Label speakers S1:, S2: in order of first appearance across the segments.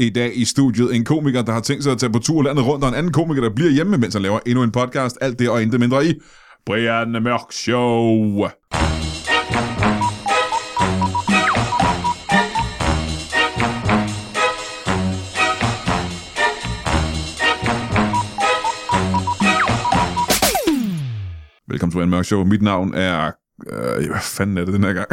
S1: i dag i studiet. En komiker, der har tænkt sig at tage på tur landet rundt, og en anden komiker, der bliver hjemme, mens han laver endnu en podcast. Alt det og intet mindre i Brian Mørk Show. Velkommen til Brian Mørk Show. Mit navn er... Øh, hvad fanden er det den her gang?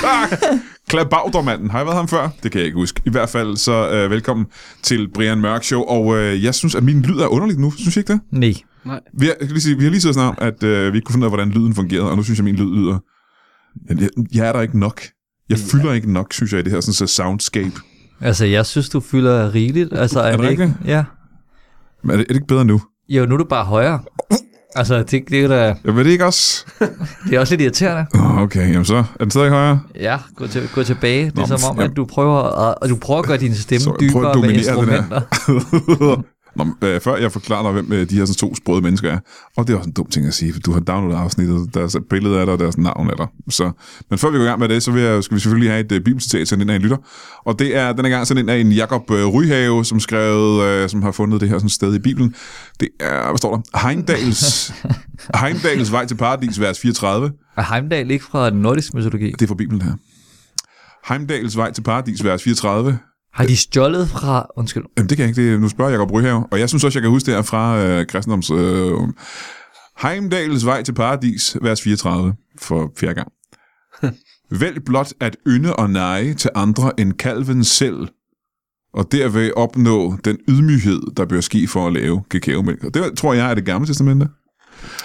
S1: Klabaudermanden. Har jeg været ham før? Det kan jeg ikke huske. I hvert fald så øh, velkommen til Brian Mørk Show. Og øh, jeg synes, at min lyd er underligt nu. Synes I ikke det?
S2: Nej.
S1: Vi har, jeg skal lige sige, vi har lige siddet snart, at øh, vi ikke kunne finde ud af, hvordan lyden fungerede, og nu synes jeg, min lyd lyder... Jeg, jeg- jeg er der ikke nok. Jeg fylder ikke nok, synes jeg, i det her sådan, så soundscape.
S2: Altså, jeg synes, du fylder rigeligt. Altså, er,
S1: det
S2: det ikke?
S1: rigtigt?
S2: Ja.
S1: Men er det, er det ikke bedre nu?
S2: Jo, nu er du bare højere. Altså, det, det, er, da,
S1: Jeg ved det ikke også?
S2: det er også lidt irriterende.
S1: Åh, Okay, jamen så er den stadig højere.
S2: Ja, gå, til, gå tilbage. Det
S1: Nå,
S2: er
S1: men-
S2: som om,
S1: jamen.
S2: at du prøver at, og du prøver at gøre din stemme
S1: Så
S2: så,
S1: jeg prøver at
S2: dybere med
S1: dominere den her.
S2: instrumenter.
S1: Nå, men, øh, før jeg forklarer dig, hvem øh, de her sådan, to sprøde mennesker er, og det er også en dum ting at sige, for du har downloadet afsnittet, deres billede er der, og deres navn er der. Så, men før vi går i gang med det, så vil jeg, skal vi selvfølgelig have et øh, bibelcitat sendt ind af en lytter, og det er den her gang sendt ind af en Jakob øh, Ryhave, som, skrev, øh, som har fundet det her sådan, sted i Bibelen. Det er, hvad står der? Heimdals, Heimdals vej til paradis, vers 34.
S2: Er Heimdall ikke fra nordisk mytologi?
S1: Det er fra Bibelen her. Heimdals vej til paradis, vers 34.
S2: Har de stjålet fra... Undskyld.
S1: Jamen, det kan jeg ikke. Det, nu spørger Jacob Ryhave. Og jeg synes også, jeg kan huske det her fra øh, kristendoms... Øh, Heimdals vej til paradis, vers 34, for fjerde gang. Vælg blot at ynde og neje til andre end kalven selv, og derved opnå den ydmyghed, der bør ske for at lave kakaomælk. Og det tror jeg er det gamle testamente.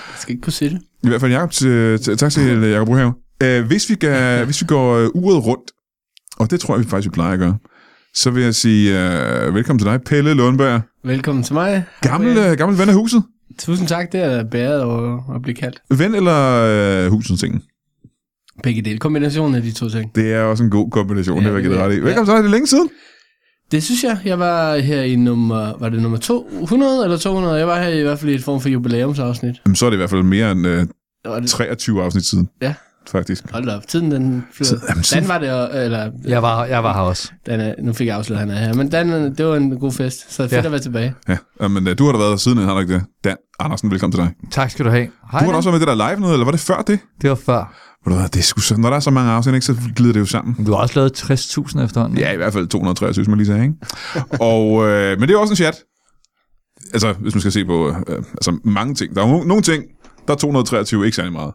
S3: Jeg skal ikke kunne se det.
S1: I hvert fald, Jacob, til, til, tak til Jacob Brohave. Uh, hvis, vi kan, hvis vi går uh, uret rundt, og det tror jeg vi faktisk, vi plejer at gøre, så vil jeg sige uh, velkommen til dig, Pelle Lundberg.
S3: Velkommen til mig.
S1: Gammel, uh, gammel ven af huset.
S3: Tusind tak, det er bæret over at blive kaldt.
S1: Ven eller uh, husens ting.
S3: Begge dele. Kombinationen af de to ting.
S1: Det er også en god kombination, ja, det
S3: Ja,
S1: vil jeg give dig
S3: det er
S1: ret i.
S3: det.
S1: Velkommen til dig, det er længe siden.
S3: Det synes jeg. Jeg var her i nummer... Var det nummer 200 eller 200? Jeg var her i hvert fald i et form for jubilæumsafsnit.
S1: Jamen, så er det i hvert fald mere end uh,
S3: Og det,
S1: 23 afsnit siden.
S3: Ja.
S1: Faktisk.
S3: hold da op, tiden den flyver.
S1: Så- jamen, så-
S3: Dan var det, og- eller...
S2: Jeg var, jeg var her også.
S3: Dan er, nu fik jeg afsløret, at han er her. Men Dan, øh, det var en god fest, så fedt
S2: Ja.
S3: at være tilbage.
S1: Ja, men uh, du har da været der siden, har du ikke det? Dan Andersen, velkommen til dig.
S2: Tak skal du have. Hej.
S1: Du har da også været med i det der live noget, eller var det før det?
S2: Det var før.
S1: Ved du hvad, Det er sgu så, når der er så mange afsnit, ikke, så glider det jo sammen.
S2: Du har også lavet 60.000 efterhånden.
S1: Ja, i hvert fald 223, som jeg lige sagde. Ikke? og, øh, men det er også en chat. Altså, hvis man skal se på øh, altså, mange ting. Der er jo no- nogle ting, der er 223 ikke særlig meget.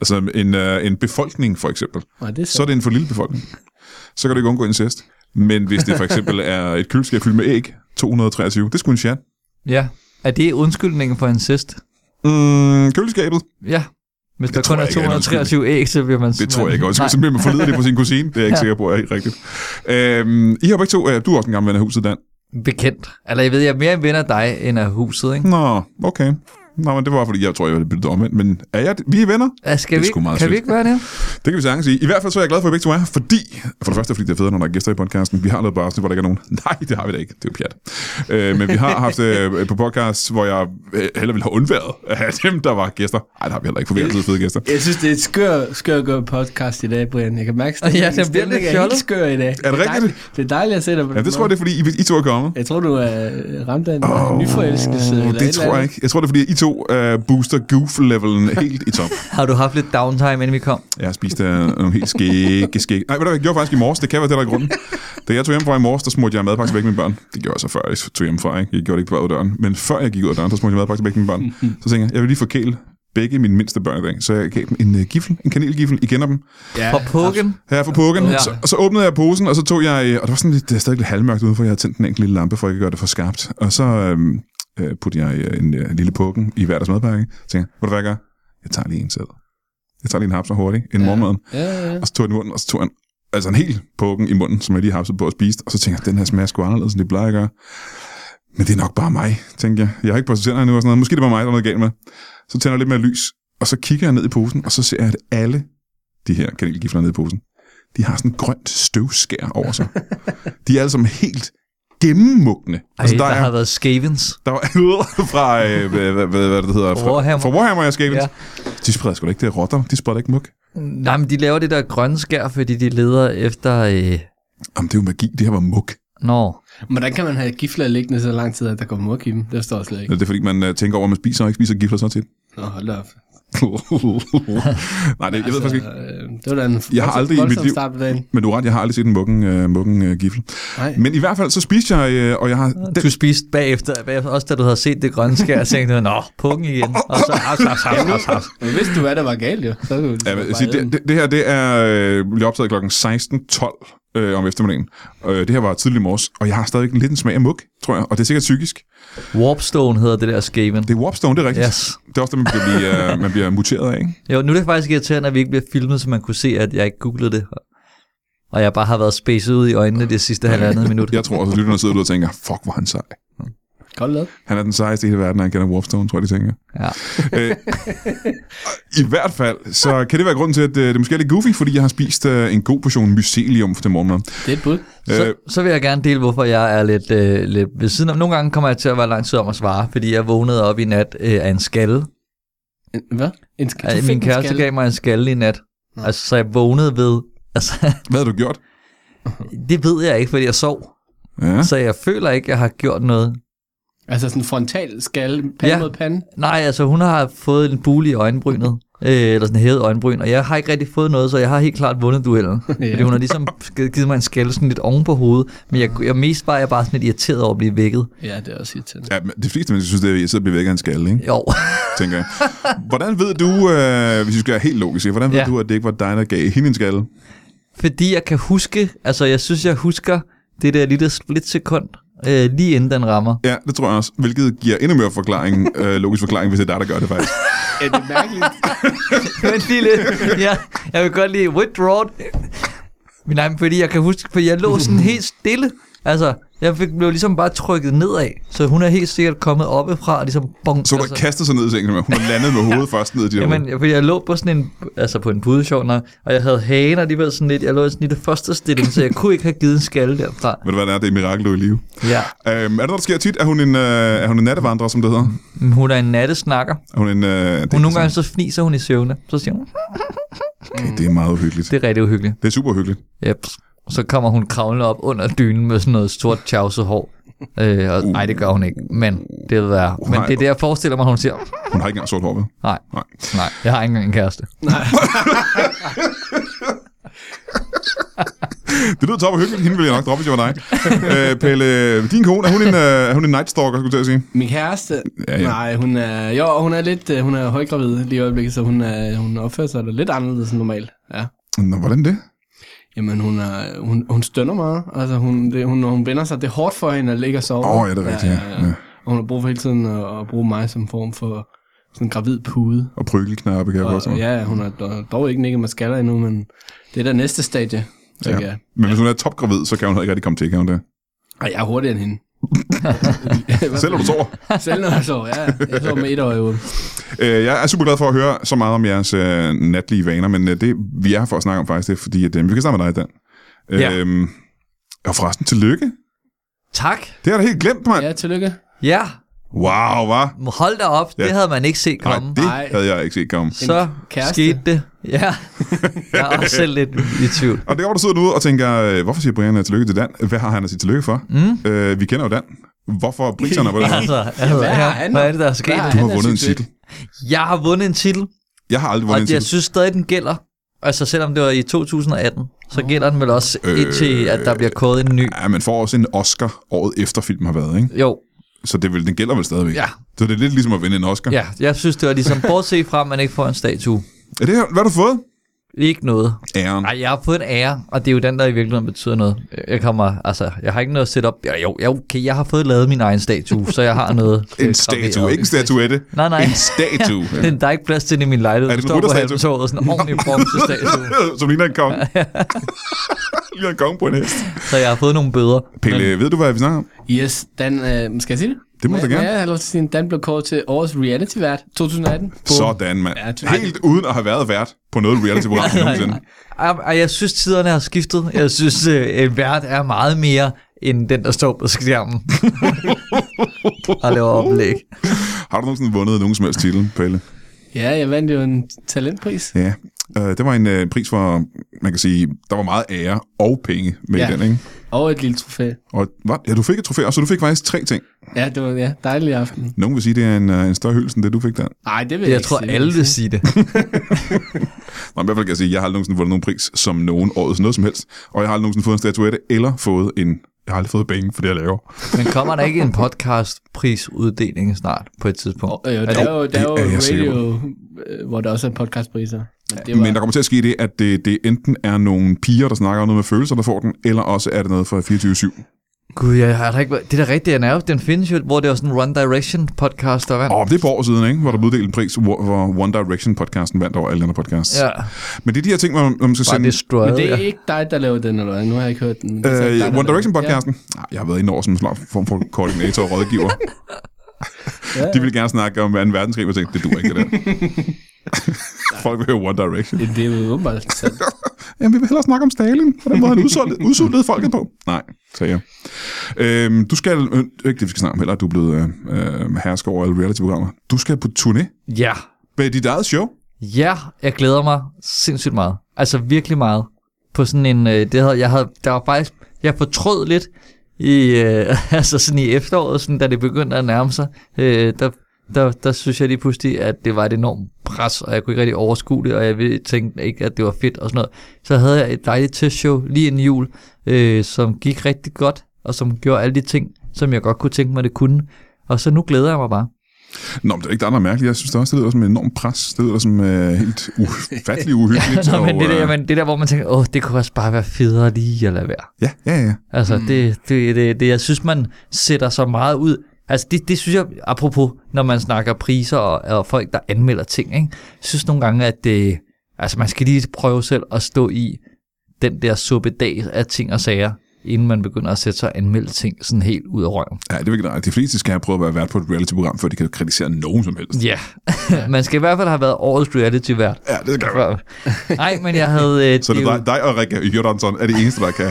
S1: Altså en, øh, en befolkning for eksempel.
S3: Og det er så.
S1: Så er det en for lille befolkning. Så kan du ikke undgå incest. Men hvis det for eksempel er et køleskab fyldt med æg, 223, det skulle en chat.
S2: ja. Er det undskyldningen for incest?
S1: Mm, køleskabet,
S2: Ja. Hvis der
S1: tror
S2: kun
S1: jeg
S2: er
S1: ikke er en
S2: 223 æg, så bliver man...
S1: det tror jeg ikke også.
S2: Nej.
S1: Så bliver man forleder det på sin kusine, det er jeg ikke
S2: Ja.
S1: sikker på er helt rigtigt. Øhm, I har begge to, øh, du er også en gammel ven af huset, Dan.
S2: bekendt. Eller jeg ved, jeg er mere en ven af dig, end af huset, ikke?
S1: Nå, okay. Nå, men det var fordi, jeg tror, jeg var lidt omvendt. Men er jeg, vi er venner?
S2: Ja, skal
S1: Det er
S2: vi,
S1: sgu
S2: ikke-
S1: meget
S2: kan
S1: sødt.
S2: vi ikke være det?
S1: Det kan vi sagtens sige. I hvert fald så er jeg glad for, at I begge to er her, fordi... For det første, fordi det er federe, når der er gæster i podcasten. Vi har lavet bare afsnit, hvor der ikke er nogen. Nej, det har vi da ikke. Det er jo pjat. Øh, men vi har haft øh, på podcast, hvor jeg øh, heller ville have undværet at have dem, der var gæster. Nej, det har vi heller ikke. For vi har altid fede gæster.
S3: Jeg synes, det er et skør, skør at gå podcast i dag, Brian. Jeg kan mærke, at
S2: Ja, den bliver lidt
S3: er
S2: fjollet.
S3: helt skør i dag.
S1: Er det rigtigt?
S3: Det er dejligt at se dig på
S1: Ja, det tror jeg, det er, fordi I, I to er kommet.
S3: Jeg tror, du er ramt af en oh, nyforelskelse. eller
S1: Oh,
S3: et
S1: det
S3: eller
S1: tror jeg
S3: andet.
S1: ikke. Jeg tror, det er, fordi I to øh, booster goof-levelen helt i top.
S2: Har du haft lidt downtime, inden vi kom?
S1: Jeg har spist øh, nogle helt skægge, skægge. Nej, ved du hvad jeg gjorde faktisk i morges? Det kan være det, der er grunden. Da jeg tog hjem fra i morges, der smurte jeg madpakke væk med mine børn. Det gjorde jeg så før, jeg tog hjem fra. Ikke? Jeg gjorde det ikke på vej ud af døren. Men før jeg gik ud af døren, så smurte jeg madpakke væk med mine børn. Så tænkte jeg, jeg vil lige forkæle begge mine mindste børn i dag. Så jeg gav dem en uh, gifle, en kanelgifle. I kender dem.
S3: Ja,
S2: For pokken?
S1: Her fra pukken. Ja.
S2: Ja.
S1: Så, og så åbnede jeg posen, og så tog jeg... øh, Og det var sådan lidt, det er stadig lidt halvmørkt udenfor, jeg havde tændt en enkelt lille lampe, for ikke at gøre det for skarpt. Og så øhm, øh, puttede jeg øh, en øh, lille pukken i hver deres madpakke. Så tænkte jeg, ved du hvad jeg gør? Jeg tager lige en sæd. Jeg tager lige en hapser hurtigt, en ja. morgenmaden.
S3: Ja, ja.
S1: Og så tog jeg den i munden, og så tog jeg en, altså en hel pukken i munden, som jeg lige hapsede på og spiste. Og så tænkte jeg, den her smager sgu anderledes, end det plejer at gøre. Men det er nok bare mig, tænkte jeg. Jeg har ikke på tænder endnu og sådan noget. Måske det var mig, der var noget galt med. Så tænder jeg lidt mere lys, og så kigger jeg ned i posen, og så ser jeg, at alle de her kanelgifler nede i posen, de har sådan et grønt støvskær over sig. de er alle sammen helt gennemmugne.
S2: Ej, altså, der, der
S1: er,
S2: har været skavens.
S1: der var fra, øh, hvad, hvad, hvad, hvad, det hedder, fra
S2: Warhammer.
S1: Fra Warhammer, jeg skal ja.
S2: Ja.
S1: De spreder sgu da ikke det er rotter, de spreder ikke mug.
S2: Nej, men de laver det der grønne skær, fordi de leder efter... Øh...
S1: Jamen, det er jo magi, det her var mug.
S2: Nå,
S3: Hvordan kan man have gifler liggende så lang tid, at der går murk i dem? Det forstår jeg slet ikke.
S1: Det er fordi, man øh, tænker over, at man spiser og ikke spiser gifler så tit.
S3: Nå, hold da op.
S1: Nej, det, jeg ved faktisk ikke.
S3: Øh, det var da en
S1: Jeg har
S3: voldsom-
S1: aldrig i mit
S3: voldsom
S1: liv-
S3: start på dagen.
S1: Men du har ret, jeg har aldrig set en mukken, øh, mukken øh, gifle.
S3: Nej.
S1: Men i hvert fald, så spiste jeg, øh, og jeg har...
S2: den... du spiste bagefter, bagefter, også da du havde set det grønne skær, og tænkte du, nå, pukken igen, og så haps, haps, haps, haps, haps.
S3: Men hvis du hvad der var galt, jo, så kunne du
S1: Ja,
S3: ligesom
S1: men,
S3: bare
S1: sig,
S3: æde den.
S1: det, det, det her, det er... Øh, jeg optaget klokken 16.12 øh, om eftermiddagen. Øh, det her var tidlig i morges, og jeg har stadigvæk lidt en smag af muk, tror jeg. Og det er sikkert psykisk.
S2: Warpstone hedder det der skæven.
S1: Det er Warpstone, det er rigtigt.
S2: Yes.
S1: Det er også det, man bliver, blive, øh, man bliver muteret af, ikke?
S2: Jo, nu er det faktisk irriterende, at vi ikke bliver filmet, så man kunne se, at jeg ikke googlede det. Og jeg bare har været spacet ud i øjnene det sidste halvandet minut.
S1: Jeg tror også, at lytterne sidder derude og tænker, fuck, hvor er han sej.
S3: Godt lavet.
S1: Han er den sejeste i hele verden, og han kender Warpstone, tror jeg, de tænker.
S2: Ja.
S1: Øh, I hvert fald, så kan det være grunden til, at øh, det måske er lidt goofy, fordi jeg har spist øh, en god portion mycelium for den morgenmad. Øh,
S3: Det er et bud.
S2: Så, så vil jeg gerne dele, hvorfor jeg er lidt, øh, lidt ved siden om. Nogle gange kommer jeg til at være lang tid om at svare, fordi jeg vågnede op i nat øh, af en skalle.
S3: En- Hvad? En skal,
S2: Øh,
S3: du fik
S2: Min
S3: en
S2: kæreste
S3: skal.
S2: gav mig en skalle i nat.
S3: Nå.
S2: Altså, så jeg vågnede ved... Altså,
S1: Hvad har du gjort?
S2: det ved jeg ikke, fordi jeg sov.
S1: Ja.
S2: Så jeg føler ikke, jeg har gjort noget.
S3: Altså sådan en frontal skalle, pande
S2: Ja.
S3: mod pande.
S2: Nej, altså hun har fået en bule i øjenbrynet. Øh, eller sådan en hævet øjenbryn, og jeg har ikke rigtig fået noget, så jeg har helt klart vundet duellen.
S3: Ja.
S2: Fordi hun har ligesom sk- givet mig en skæld sådan lidt oven på hovedet, men jeg, jeg mest var jeg bare sådan lidt irriteret over at blive vækket.
S3: Ja, det er også irriterende.
S1: Ja, men de fleste mennesker synes, det er irriteret at blive væk af en skalle, ikke?
S2: Jo,
S1: tænker jeg. Hvordan ved du, øh, hvis vi skal være helt logiske, hvordan ved ja.
S2: Ja.
S1: du, at det ikke var dig, der gav hende en skalle?
S2: fordi jeg kan huske, altså jeg synes, jeg husker det der lille splitsekund, øh, lige inden den rammer.
S1: Ja, det tror jeg også, hvilket giver endnu mere forklaring, øh, logisk forklaring, hvis det er dig, der gør det faktisk.
S3: Ja, det er mærkeligt.
S2: Men lille, ja, jeg vil godt lide withdraw. Men nej, men fordi jeg kan huske, for jeg lå sådan helt stille. Altså, jeg fik, blev ligesom bare trykket nedad, så hun er helt sikkert kommet oppefra, og ligesom bong.
S1: Så hun
S2: altså,
S1: har kastet sig ned i sengen, hun har landet med hovedet først ned i dit hoved.
S2: Jamen, jeg- fordi jeg lå på sådan en, altså på en pude, sjovt nok, og jeg havde hagen alligevel sådan lidt, jeg lå i sådan i det første stilling, så jeg kunne ikke have givet en skalle derfra.
S1: Ved du hvad det er? Det er et mirakel, du er i live.
S2: Ja,
S1: Øhm, er det noget, der sker tit? Er hun en, øh, er hun en nattevandrer, som det hedder?
S2: men hun er en nattesnakker.
S1: Er hun en, øh, det,
S2: Hun nogle
S1: er
S2: gange så fniser hun i søvne, så siger hun,
S1: sådan- okay, det er meget uhyggeligt.
S2: det er rigtig uhyggeligt.
S1: Det er super uhyggeligt.
S2: Yep. Så kommer hun kravlende op under dynen med sådan noget sort tjavset hår. Øh,
S1: Uh.
S2: og, nej, det gør hun ikke, men det vil være. Men det er det, jeg forestiller mig, hun siger,
S1: Hun har ikke engang sort hår, vel?
S2: nej,
S1: Nej.
S2: nej, jeg har ikke engang en kæreste.
S1: Det lyder top og hyggeligt. Hende ville jeg nok droppe, hvis jeg var dig. øh, Pelle, din kone, er hun en, øh, er hun en night stalker, skulle jeg til at sige?
S3: Min kæreste,
S1: Ja,
S3: ja,
S1: ja.
S3: ja. nej, hun er, jo, hun er lidt, øh, hun er højgravid lige i øjeblikket, så hun, er, hun opfører sig da lidt anderledes end normalt. Ja.
S1: Nå, hvordan det?
S3: Jamen, hun, er, hun, hun stønner meget. Altså, hun, det, hun, når hun vender sig, det er hårdt for hende at ligge og sove.
S1: Åh, oh, ja, det er rigtigt. Ja, ja, ja.
S3: Og hun har brug for hele tiden at, at bruge mig som form for sådan en gravid pude.
S1: Og prykkelknappe, kan jeg godt
S3: Og, ja, hun har dog- dog ikke nikket med skaller endnu, men det er der næste stadie, tænker ja. jeg.
S1: Men hvis hun er topgravid, så kan hun ikke rigtig komme til, kan hun det?
S3: Og jeg er hurtigere end hende.
S1: Selv når du sover.
S3: Selv når jeg sover, ja. Jeg sover med et øje åbent.
S1: Øh, Jeg er super glad for at høre så meget om jeres øh, natlige vaner, men øh, det vi er her for at snakke om faktisk, det er fordi, at øh, vi kan snakke med dig, Dan.
S2: Ja.
S1: Øhm, og forresten, tillykke.
S2: Tak.
S1: Det har jeg da helt glemt, mand.
S3: Ja, tillykke.
S2: Ja,
S1: Wow, hva?
S2: hold da op, det
S1: Ja.
S2: havde man ikke set
S1: Nej,
S2: komme.
S1: det
S3: Nej.
S1: havde jeg ikke set komme.
S2: så
S3: kæreste.
S2: skete det. Ja, jeg er også selv lidt i tvivl.
S1: Og det er, hvor du sidder derude og tænker, øh, hvorfor siger Brian øh, tillykke til Dan? Hvad har han at sige tillykke for? Mm. Øh, vi kender jo Dan. Hvorfor priser han på den måde?
S2: Altså, altså
S3: hvad
S2: hvad,
S3: har
S2: her,
S3: han?
S2: hvad er det, der er sket?
S3: Hvad har
S1: Du
S3: han?
S1: har
S3: er
S1: vundet en
S3: succes.
S1: titel.
S2: Jeg har vundet en titel,
S1: Jeg har aldrig
S2: og
S1: vundet en
S2: jeg
S1: titel.
S2: synes stadig, den gælder. Altså, selvom det var i 2018, så gælder den vel også
S1: Øh.
S2: indtil, at der bliver kåret en ny.
S1: Ja, man får også en Oscar året efter filmen har været, ikke?
S2: Jo,
S1: Så det vil, den gælder vel stadigvæk.
S2: Ja.
S1: Så det er lidt ligesom at vinde en Oscar.
S2: ja, jeg synes, det var ligesom, bortset fra, at man ikke får en statue.
S1: Er det her, hvad har du fået?
S2: Ikke noget.
S1: Æren.
S2: Nej, jeg har fået en ære, og det er jo den, der i virkeligheden betyder noget. Jeg kommer, altså, jeg har ikke noget set op. Ja, jo, ja, okay, jeg har fået lavet min egen statue, så jeg har noget. øh,
S1: En
S2: graveret.
S1: statue, ikke en statuette.
S2: Nej, nej.
S1: En statue.
S2: Ja. Den, der er ikke plads til den i min lejlighed.
S1: Er
S2: Er
S1: det
S2: det
S1: en
S2: står på
S1: rytterstatue?
S2: halvtåret, sådan en ordentlig bronzestatue.
S1: Som ligner en konge. ligner en konge på en hest.
S2: Så jeg har fået nogle bøder.
S1: Pelle, ved du, hvad vi snakker om?
S3: Yes, Dan, øh, skal jeg sige det?
S1: Det må
S3: Må-
S1: du
S3: Må
S1: gerne.
S3: jeg have lov til at sige, at Dan blev kåret til årets reality-vært 2018?
S1: Sådan, mand.
S3: Ja, det-
S1: Helt uden at have været vært på noget reality-program nogensinde.
S2: Ej, ej, jeg synes, tiderne har skiftet. Jeg synes, øh, en vært er meget mere end den, der står på skærmen og laver oplæg.
S1: Har du nogensinde vundet nogen som helst titel, Pelle?
S3: Ja, jeg vandt jo en talentpris.
S1: Øh, Ja. Uh, det var en uh, pris for man kan sige, der var meget ære og penge med ja.
S3: Ja.
S1: i den, ikke?
S3: Og et lille trofæ.
S1: Og hvad? Ja, du fik et trofæ, og så du fik faktisk tre ting.
S3: Ja, det var ja, dejlig aften.
S1: Nogen vil sige, det er en, øh, en større hyldest, end det du fik der.
S3: Nej, det vil jeg,
S2: Jeg
S3: ikke
S2: tror,
S3: sige.
S2: alle vil sige det.
S1: Nå, i hvert fald kan jeg sige, at jeg har aldrig nogensinde vundet nogen pris som nogen årets noget som helst. Og jeg har aldrig nogensinde fået en statuette eller fået en... Jeg har aldrig fået penge for det, jeg laver.
S2: Men kommer der ikke en podcastprisuddeling snart på et tidspunkt?
S3: Øh, der er jo, der er jo
S1: det er jeg sikker på.
S3: radio, øh, hvor der også er podcastpriser. Men det
S1: Det
S3: var,
S1: Men der kommer til at ske det, at det, det enten er nogle piger, der snakker om noget med følelser, der får den, eller også er det noget fra 24-7.
S2: Gud, jeg har da ikke... været- Det er da rigtigt, jeg er nervøs. Den findes jo, hvor det var sådan en Run Direction podcast, der vandt.
S1: Og det er på år siden, ikke? hvor der blev uddelt en pris, hvor, hvor One Direction-podcasten vandt over alle andre podcasts.
S2: Ja,
S1: Men det er de her ting, man, man skal
S2: bare
S1: sende...
S2: det strøget.
S3: men det er
S2: ja.
S3: ikke dig, der laver den, eller hvad? Nu har jeg ikke hørt den. Det er så dig, der
S1: Øh, One
S3: laver den.
S1: Direction-podcasten? Ja. Jeg har været inde over som en slags form for koordinator og rådgiver.
S3: Ja,
S1: De ville gerne snakke om 2. verdenskrig, men jeg tænkte, det duer ikke, det der. Folk vil høre One Direction.
S3: Ja, det er jo åbenbart sandt.
S1: Jamen, vi vil hellere snakke om Stalin. På den måde, han udsultede, udsultede folket på. Nej, sagde jeg. Øhm, du skal, øh, ikke det, vi skal snakke om heller, du er blevet øh, øh, hersker over alle reality-programmer. Du skal på turné
S2: ja.
S1: med dit eget show.
S2: Ja, jeg glæder mig sindssygt meget. Altså virkelig meget. På sådan en... Øh, det havde, jeg havde... Der var faktisk... Jeg fortrød lidt i, øh, altså sådan i efteråret, sådan, da det begyndte at nærme sig. Øh, der, der, der synes jeg lige pludselig, at det var et enormt pres, og jeg kunne ikke rigtig overskue det, og jeg ved- tænkte ikke, at det var fedt og sådan noget. Så havde jeg et dejligt testshow lige inden jul, øh, som gik rigtig godt, og som gjorde alle de ting, som jeg godt kunne tænke mig, det kunne. Og så nu glæder jeg mig bare.
S1: Nå, men det er ikke der, der er mærkeligt. Jeg synes det også, det lyder som en enorm pres. Det lyder som øh, helt ufattelig uhyggeligt.
S2: Nå, men det, der,
S1: øh,
S2: men det der, hvor man tænker, åh, det kunne også bare være federe lige at lade være.
S1: Ja, ja, ja.
S2: Altså, mm. det, det, det, det, jeg synes, man sætter så meget ud. Altså, det, det synes jeg, apropos, når man snakker priser og, og folk, der anmelder ting, ikke? Jeg synes nogle gange, at det, altså, man skal lige prøve selv at stå i den der suppedag af ting og sager, inden man begynder at sætte sig og anmelde ting sådan helt ud af røven.
S1: Ja, det er virkelig dejligt. De fleste skal have prøvet at være vært på et reality-program, før de kan kritisere nogen som helst.
S2: Ja, yeah. man skal i hvert fald have været årets reality-vært.
S1: Ja, det skal være.
S2: før. Nej, men jeg havde... Øh,
S1: Så det
S2: jo-
S1: er dig, dig og Rikke Jørgensen er det eneste, der kan.